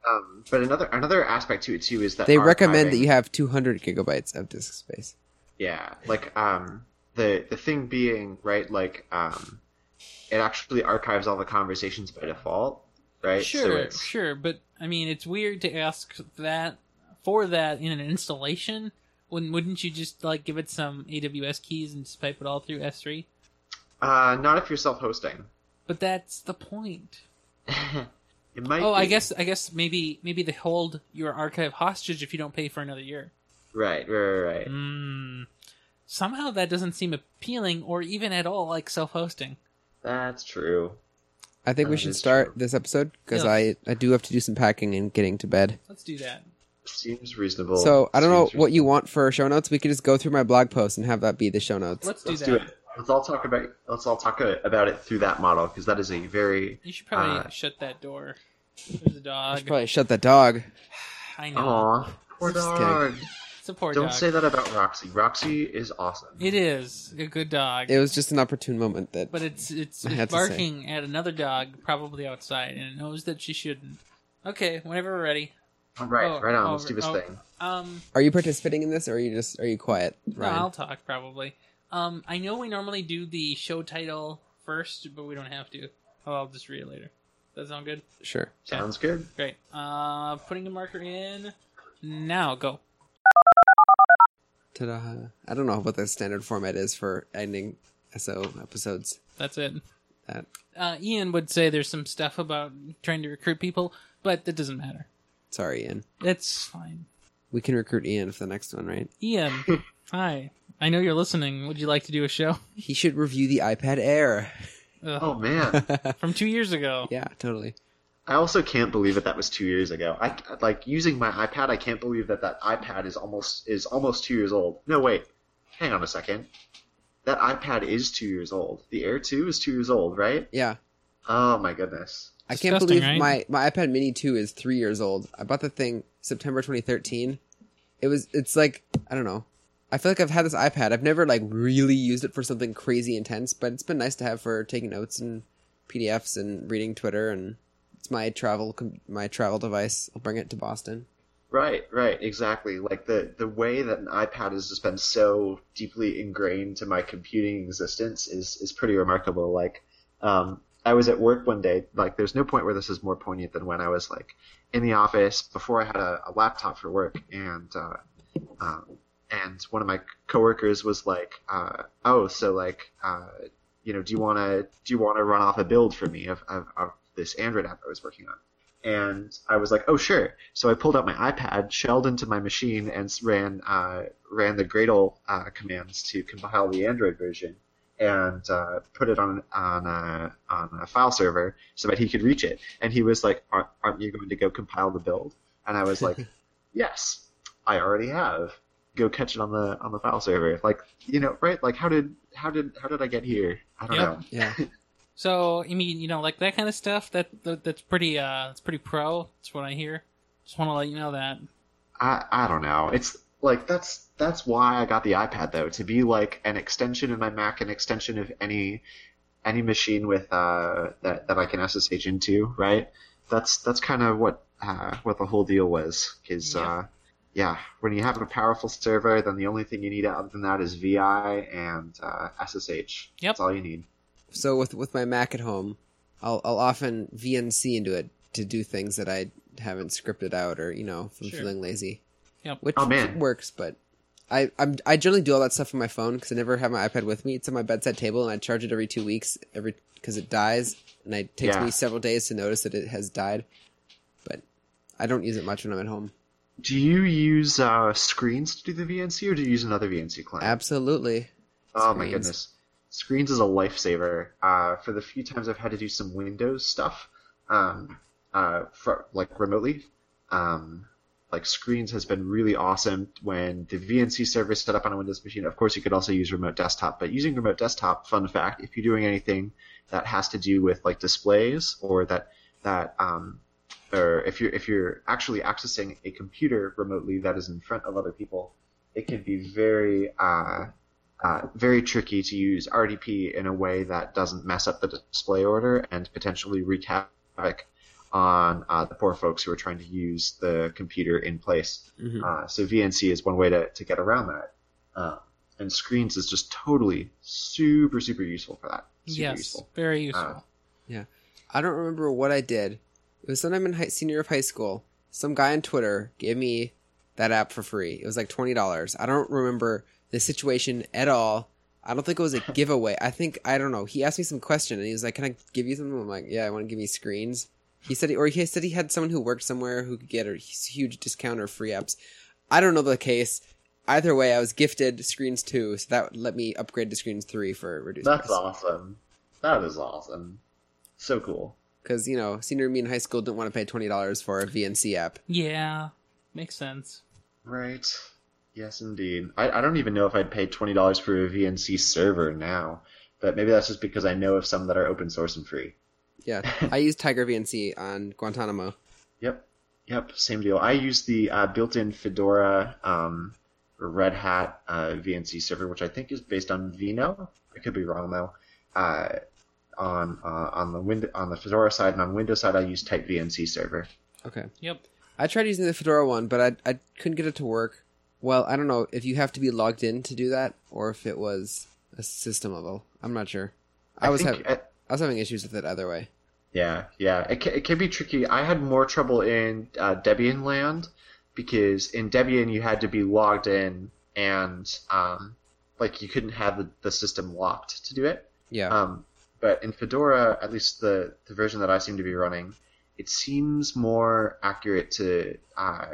[SPEAKER 1] Um, but another another aspect to it too is that
[SPEAKER 3] they recommend
[SPEAKER 1] archiving-
[SPEAKER 3] that you have 200 gigabytes of disk space.
[SPEAKER 1] Yeah, like um, the the thing being right, like um, it actually archives all the conversations by default, right? So
[SPEAKER 2] Sure,
[SPEAKER 1] it's-
[SPEAKER 2] sure, but I mean, it's weird to ask that for that in an installation. When wouldn't you just like give it some AWS keys and just pipe it all through S3?
[SPEAKER 1] Uh, not if you're self-hosting.
[SPEAKER 2] But that's the point.
[SPEAKER 1] It might.
[SPEAKER 2] Oh, I
[SPEAKER 1] be.
[SPEAKER 2] guess I guess maybe maybe they hold your archive hostage if you don't pay for another year.
[SPEAKER 1] Right, right, right. right.
[SPEAKER 2] Mm. Somehow that doesn't seem appealing or even at all like self-hosting.
[SPEAKER 1] That's true.
[SPEAKER 3] I think we
[SPEAKER 1] That
[SPEAKER 3] should
[SPEAKER 1] is
[SPEAKER 3] start
[SPEAKER 1] true.
[SPEAKER 3] this episode because
[SPEAKER 2] Yeah.
[SPEAKER 3] I, I do have to do some packing and getting to bed.
[SPEAKER 2] Let's do that.
[SPEAKER 1] Seems reasonable.
[SPEAKER 3] so I don't know
[SPEAKER 1] Seems
[SPEAKER 3] what you want for show notes. We could just go through my blog post and have that be the show notes.
[SPEAKER 2] Let's,
[SPEAKER 1] reasonable.
[SPEAKER 2] do
[SPEAKER 1] Let's do
[SPEAKER 2] that.
[SPEAKER 1] it. Let's all talk about. Let's all talk a- about it through that model because that is a very.
[SPEAKER 2] You should probably
[SPEAKER 1] Uh,
[SPEAKER 2] shut that door. There's a
[SPEAKER 3] I
[SPEAKER 2] dog.
[SPEAKER 3] should probably Oh, shut the dog.
[SPEAKER 2] I know.
[SPEAKER 1] Aw, poor
[SPEAKER 3] Just
[SPEAKER 1] dog.
[SPEAKER 2] It's a poor
[SPEAKER 1] Don't
[SPEAKER 2] dog.
[SPEAKER 1] say that about Roxy. Roxy is awesome.
[SPEAKER 2] It is a good dog,
[SPEAKER 3] It was just an opportune moment that.
[SPEAKER 2] but it's it's,
[SPEAKER 3] I
[SPEAKER 2] it's
[SPEAKER 3] had to say.
[SPEAKER 2] barking at another dog, probably outside, and it knows that she shouldn't. Okay, whenever we're ready.
[SPEAKER 1] All right,
[SPEAKER 2] Oh,
[SPEAKER 1] right on.
[SPEAKER 2] oh,
[SPEAKER 1] let's do this
[SPEAKER 2] oh.
[SPEAKER 1] thing.
[SPEAKER 2] Um,
[SPEAKER 3] Are you participating in this, or are you just are you quiet?
[SPEAKER 2] no,
[SPEAKER 3] Ryan?
[SPEAKER 2] I'll talk probably. Um, I know we normally do the show title first, but we don't have to. Oh, I'll just read it later. Does that sound good?
[SPEAKER 3] Sure.
[SPEAKER 2] Yeah.
[SPEAKER 1] Sounds good.
[SPEAKER 2] Great. Uh, putting a marker in now. Go.
[SPEAKER 3] Ta-da. I don't know what the standard format is for ending SO episodes.
[SPEAKER 2] That's it.
[SPEAKER 3] That
[SPEAKER 2] Uh, Ian would say there's some stuff about trying to recruit people, but that doesn't matter.
[SPEAKER 3] sorry, Ian.
[SPEAKER 2] That's fine.
[SPEAKER 3] We can recruit Ian for the next one, right?
[SPEAKER 2] Ian, hi. I know you're listening. Would you like to do a show?
[SPEAKER 3] He should review the iPad Air.
[SPEAKER 2] Ugh.
[SPEAKER 1] Oh man,
[SPEAKER 2] From two years ago.
[SPEAKER 3] yeah, totally.
[SPEAKER 1] I also can't believe that that was two years ago. I like using my iPad. I can't believe that that iPad is almost is almost two years old. No, wait, hang on a second. That iPad is two years old. The Air Two is two years old, right?
[SPEAKER 3] Yeah.
[SPEAKER 1] Oh my goodness.
[SPEAKER 3] I can't
[SPEAKER 2] Disgusting,
[SPEAKER 3] believe
[SPEAKER 2] right?
[SPEAKER 3] my, my iPad Mini 2 is three years old. I bought the thing September 2013. It was it's like I don't know. I feel like I've had this iPad. I've never like really used it for something crazy intense, but it's been nice to have for taking notes and PDFs and reading Twitter and it's my travel com- my travel device. I'll bring it to Boston.
[SPEAKER 1] Right, right, exactly. Like the the way that an iPad has just been so deeply ingrained to my computing existence is is pretty remarkable. Like, um, I was at work one day. Like, there's no point where this is more poignant than when I was like in the office before I had a, a laptop for work, and uh, um, and one of my coworkers was like, uh, "Oh, so like, uh, you know, do you wanna do you wanna run off a build for me of of, of this Android app I was working on?" and I was like, "Oh, sure." So I pulled out my iPad, shelled into my machine, and s- ran uh, ran the Gradle uh, commands to compile the Android version, and uh, put it on on a, on a file server so that he could reach it. And he was like, "Aren't, aren't you going to go compile the build?" And I was like, "Yes, I already have. Go catch it on the on the file server." Like, you know, right? Like, how did how did how did I get here? I don't
[SPEAKER 2] Yep.
[SPEAKER 1] know.
[SPEAKER 3] Yeah.
[SPEAKER 2] So I mean, you know, like that kind of stuff. That, that that's pretty. Uh, that's pretty pro. That's what I hear. Just want to let you know that.
[SPEAKER 1] I I don't know. It's like that's that's why I got the iPad though to be like an extension of my Mac, an extension of any any machine with uh that that I can SSH into, right? That's that's kind of what uh, what the whole deal was because.
[SPEAKER 2] Yeah.
[SPEAKER 1] Uh, yeah, when you have a powerful server, then the only thing you need other than that is VI and uh, SSH.
[SPEAKER 2] Yep.
[SPEAKER 1] That's all you need.
[SPEAKER 3] so with with my Mac at home, I'll I'll often VNC into it to do things that I haven't scripted out or you know from
[SPEAKER 2] Sure.
[SPEAKER 3] feeling lazy.
[SPEAKER 2] Yep.
[SPEAKER 3] Which
[SPEAKER 1] Oh, man.
[SPEAKER 3] works, but I I'm, I generally do all that stuff on my phone because I never have my iPad with me. It's on my bedside table, and I charge it every two weeks every because it dies, and it takes
[SPEAKER 1] Yeah.
[SPEAKER 3] me several days to notice that it has died. But I don't use it much when I'm at home.
[SPEAKER 1] Do you use uh, screens to do the VNC, or do you use another VNC client?
[SPEAKER 3] Absolutely.
[SPEAKER 1] Oh my
[SPEAKER 3] Screens.
[SPEAKER 1] goodness. Screens is a lifesaver. Uh, for the few times I've had to do some Windows stuff, um, uh, for, like remotely, um, like Screens has been really awesome when the VNC server is set up on a Windows machine. Of course, you could also use remote desktop, but using remote desktop, fun fact, if you're doing anything that has to do with like displays or that that um, or if you're if you're actually accessing a computer remotely that is in front of other people, it can be very uh, uh, very tricky to use RDP in a way that doesn't mess up the display order and potentially wreak havoc on uh, the poor folks who are trying to use the computer in place.
[SPEAKER 3] Mhm.
[SPEAKER 1] Uh, so VNC is one way to, to get around that. Uh, and Screens is just totally super, super useful for that. Super
[SPEAKER 2] yes.
[SPEAKER 1] useful.
[SPEAKER 2] Very useful.
[SPEAKER 3] I don't remember what I did. It was sometime in high, senior year of high school. Some guy on Twitter gave me that app for free. It was like twenty dollars. I don't remember the situation at all. I don't think it was a giveaway. I think I don't know. He asked me some question and he was like, "Can I give you something?" I'm like, "Yeah, I want to give me screens." He said, he, or he said he had someone who worked somewhere who could get a huge discount or free apps. I don't know the case. Either way, I was gifted screens two, so that let me upgrade to screens three for a reduced.
[SPEAKER 1] That's
[SPEAKER 3] price.
[SPEAKER 1] awesome. That is awesome. So cool.
[SPEAKER 3] because you know senior me in high school didn't want to pay twenty dollars for a VNC app.
[SPEAKER 2] Yeah. Makes sense.
[SPEAKER 1] Right. Yes, indeed. I, I don't even know if I'd pay twenty dollars for a VNC server now, but maybe that's just because I know of some that are open source and free.
[SPEAKER 3] Yeah, I used Tiger VNC on Guantanamo.
[SPEAKER 1] Yep. Yep. Same deal. I use the uh, built-in Fedora um, Red Hat uh, VNC server, which I think is based on Vino. I could be wrong though. Uh, on uh, on the wind on the Fedora side and on Windows side, I use Type VNC server.
[SPEAKER 3] Okay,
[SPEAKER 2] Yep.
[SPEAKER 3] I tried using the Fedora one, but I I couldn't get it to work. Well, I don't know if you have to be logged in to do that or if it was a system level. I'm not sure. I, was
[SPEAKER 1] think
[SPEAKER 3] having
[SPEAKER 1] at-
[SPEAKER 3] I was having issues with it either way.
[SPEAKER 1] Yeah, yeah, it can, it can be tricky. I had more trouble in uh, Debian land because in Debian you had to be logged in and um, like you couldn't have the, the system locked to do it.
[SPEAKER 3] Yeah,
[SPEAKER 1] Um, but in Fedora, at least the, the version that I seem to be running, it seems more accurate to, uh,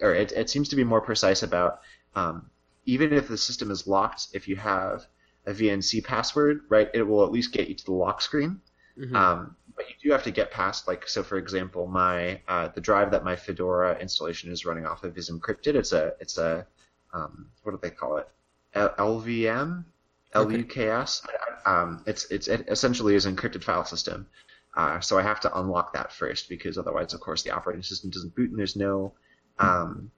[SPEAKER 1] or it, it seems to be more precise about um, even if the system is locked, if you have a VNC password, right, it will at least get you to the lock screen.
[SPEAKER 3] Mhm.
[SPEAKER 1] Um, but you do have to get past like so. For example, my uh, the drive that my Fedora installation is running off of is encrypted. It's a it's a um, what do they call it? L- LVM,
[SPEAKER 3] Okay.
[SPEAKER 1] LUKS. Um, it's it's it essentially is an encrypted file system. Uh, so I have to unlock that first because otherwise, of course, the operating system doesn't boot, and there's no
[SPEAKER 3] Hmm.
[SPEAKER 1] um,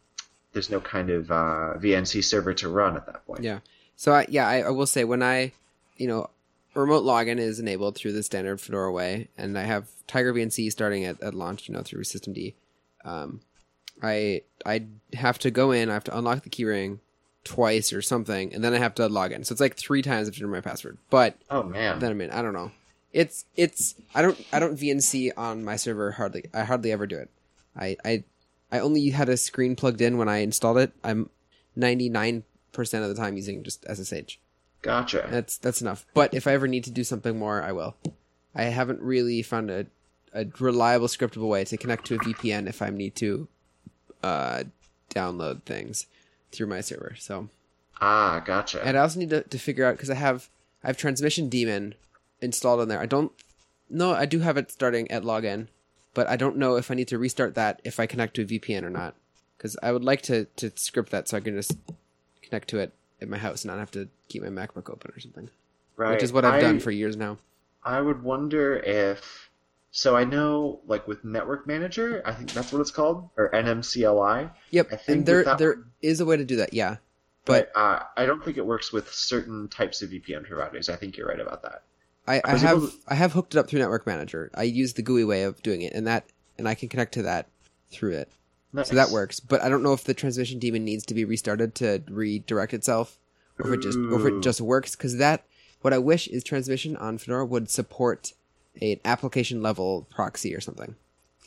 [SPEAKER 1] there's no kind of uh, VNC server to run at that point.
[SPEAKER 3] Yeah. So I, yeah, I, I will say when I, you know, remote login is enabled through the standard Fedora way, and I have Tiger VNC starting at, at launch, you know, through System D. Um, I I have to go in, I have to unlock the keyring twice or something, and then I have to log in. So it's like three times I have to enter my password. But
[SPEAKER 1] Oh man.
[SPEAKER 3] then I mean, I don't know. It's it's I don't I don't VNC on my server hardly. I hardly ever do it. I I I only had a screen plugged in when I installed it. I'm 99% of the time using just SSH.
[SPEAKER 1] gotcha.
[SPEAKER 3] That's that's enough. But if I ever need to do something more, I will. I haven't really found a, a reliable, scriptable way to connect to a VPN if I need to uh, download things through my server. So,
[SPEAKER 1] Ah, gotcha.
[SPEAKER 3] and I also need to, to figure out because I have I have Transmission Daemon installed on there. I don't. No, I do have it starting at login, but I don't know if I need to restart that if I connect to a VPN or not. Because I would like to to script that so I can just connect to it at my house and not have to keep my MacBook open or something
[SPEAKER 1] right.
[SPEAKER 3] which is what I've
[SPEAKER 1] I-
[SPEAKER 3] done for years now.
[SPEAKER 1] I would wonder if. So I know, like with Network Manager, I think that's what it's called, or NMCLI. I
[SPEAKER 3] Yep,
[SPEAKER 1] think
[SPEAKER 3] and there
[SPEAKER 1] with that
[SPEAKER 3] there is a way to do that. Yeah, but
[SPEAKER 1] uh, I don't think it works with certain types of VPN providers. I think you're right about that.
[SPEAKER 3] I, I
[SPEAKER 1] was able
[SPEAKER 3] have I have hooked it up through Network Manager. I use the GUI way of doing it, and that and I can connect to that through it, so that
[SPEAKER 1] Nice.
[SPEAKER 3] works. But I don't know if the transmission daemon needs to be restarted to redirect itself, or if it just or if
[SPEAKER 1] Ooh.
[SPEAKER 3] it just works. Because that what I wish is transmission on Fedora would support an application level proxy or something,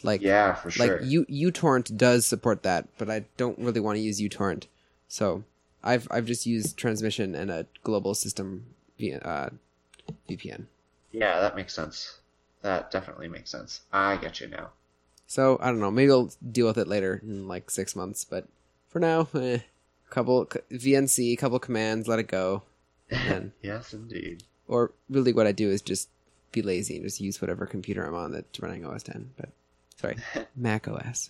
[SPEAKER 3] like
[SPEAKER 1] Yeah, for sure.
[SPEAKER 3] Like U uTorrent does support that, but I don't really want to use uTorrent. So I've I've just used transmission and a global system v, uh, VPN.
[SPEAKER 1] Yeah, that makes sense. That definitely makes sense. I get you now.
[SPEAKER 3] So I don't know. Maybe I'll deal with it later in like six months, but for now, eh, couple c- VNC, couple commands, let it go. And,
[SPEAKER 1] Yes, indeed.
[SPEAKER 3] or really, what I do is just be lazy and just use whatever computer I'm on that's running OS 10. But sorry, Mac OS.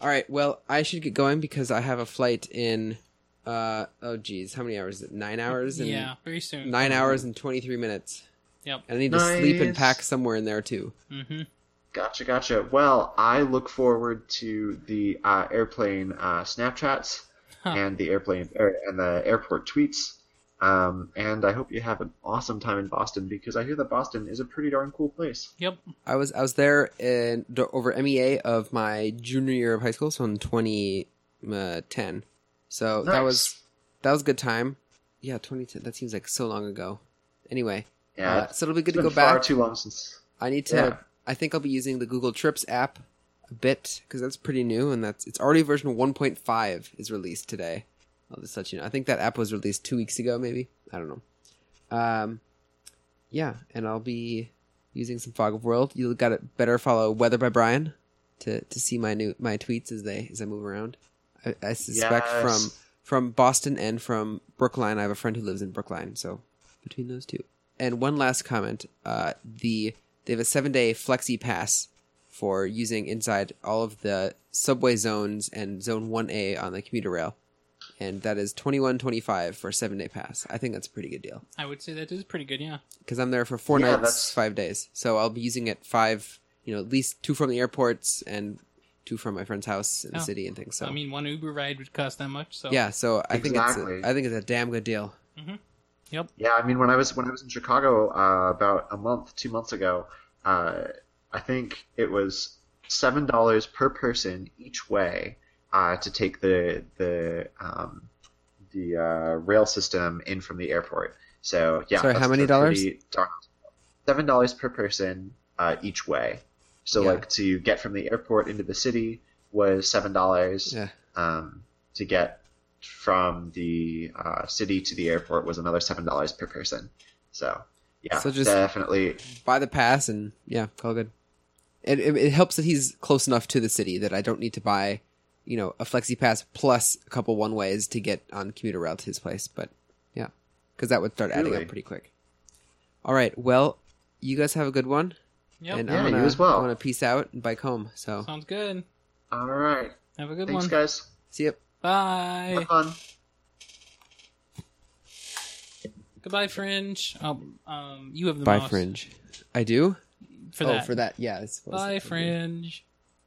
[SPEAKER 3] All right. Well, I should get going because I have a flight in. Uh, oh, geez, how many hours? Is it nine hours and
[SPEAKER 2] yeah, very soon.
[SPEAKER 3] nine hours and twenty three minutes.
[SPEAKER 2] Yep.
[SPEAKER 3] And I need to sleep and
[SPEAKER 1] Nice.
[SPEAKER 3] pack somewhere in there too.
[SPEAKER 2] Mm-hmm.
[SPEAKER 1] Gotcha, gotcha. Well, I look forward to the uh, airplane uh, Snapchats
[SPEAKER 2] Huh.
[SPEAKER 1] and the airplane er, and the airport tweets. Um, and I hope you have an awesome time in Boston because I hear that Boston is a pretty darn cool place.
[SPEAKER 2] Yep.
[SPEAKER 3] I was I was there in d- over MEA of my junior year of high school, so in twenty uh, ten. So that
[SPEAKER 1] Nice.
[SPEAKER 3] was that was a good time. Yeah, twenty ten. That seems like so long ago. Anyway,
[SPEAKER 1] yeah.
[SPEAKER 3] uh, so it'll be good
[SPEAKER 1] it's
[SPEAKER 3] to
[SPEAKER 1] been
[SPEAKER 3] go
[SPEAKER 1] far
[SPEAKER 3] back.
[SPEAKER 1] too long since.
[SPEAKER 3] I need to.
[SPEAKER 1] Yeah.
[SPEAKER 3] I think I'll be using the Google Trips app a bit because that's pretty new and that's it's already version one point five is released today. I'll just let you know. I think that app was released two weeks ago, maybe. I don't know. Um, yeah, and I'll be using some Fog of World. You got to better follow Weather by Brian to to see my new my tweets as they as I move around. I, I suspect
[SPEAKER 1] Yes.
[SPEAKER 3] from from Boston and from Brookline. I have a friend who lives in Brookline, so between those two. And one last comment: uh, the they have a seven day flexi pass for using inside all of the subway zones and Zone One A on the commuter rail, and that is twenty one twenty five for a seven day pass. I think that's a pretty good deal
[SPEAKER 2] I would say that is pretty good. Yeah.
[SPEAKER 3] because I'm there for four
[SPEAKER 1] Yeah,
[SPEAKER 3] nights,
[SPEAKER 1] that's-
[SPEAKER 3] five days. So I'll be using it five, you know, at least two from the airports and two from my friend's house in the
[SPEAKER 2] Yeah.
[SPEAKER 3] city and things. So
[SPEAKER 2] Oh. I mean, one Uber ride would cost that much. So
[SPEAKER 3] yeah, so I think
[SPEAKER 1] Exactly.
[SPEAKER 3] it's a, I think it's a damn good deal.
[SPEAKER 1] Yeah, I mean, when I was when I was in Chicago uh, about a month, two months ago, uh, I think it was seven dollars per person each way uh, to take the the um, the uh, rail system in from the airport. So yeah,
[SPEAKER 3] Sorry, how
[SPEAKER 1] that's
[SPEAKER 3] many
[SPEAKER 1] a
[SPEAKER 3] dollars?
[SPEAKER 1] pretty darn- Seven dollars per person uh, each way. So
[SPEAKER 3] Yeah.
[SPEAKER 1] like to get from the airport into the city was seven dollars
[SPEAKER 3] Yeah,
[SPEAKER 1] um, to get from the uh, city to the airport was another seven dollars per person. So yeah,
[SPEAKER 3] So just-
[SPEAKER 1] definitely
[SPEAKER 3] buy the pass and yeah, call good. It, it it helps that he's close enough to the city that I don't need to buy, you know, a flexi pass plus a couple one ways to get on commuter rail to his place. But yeah, because that would start adding
[SPEAKER 1] Really?
[SPEAKER 3] up pretty quick. All right, well, you guys have a good one.
[SPEAKER 2] Yep.
[SPEAKER 3] And um,
[SPEAKER 1] Yeah,
[SPEAKER 3] I wanna,
[SPEAKER 1] you as well.
[SPEAKER 3] I want to peace out and bike home. So,
[SPEAKER 2] Sounds good.
[SPEAKER 1] all right.
[SPEAKER 2] Have a good
[SPEAKER 1] Thanks,
[SPEAKER 2] one.
[SPEAKER 1] guys.
[SPEAKER 3] see ya.
[SPEAKER 2] Bye.
[SPEAKER 1] Have fun.
[SPEAKER 2] Goodbye, Fringe. Oh, Um, um, you have the mouse.
[SPEAKER 3] Fringe. I do?
[SPEAKER 2] for
[SPEAKER 3] oh,
[SPEAKER 2] that.
[SPEAKER 3] for that, yeah. it's- what is
[SPEAKER 2] Bye,
[SPEAKER 3] it?
[SPEAKER 2] Fringe.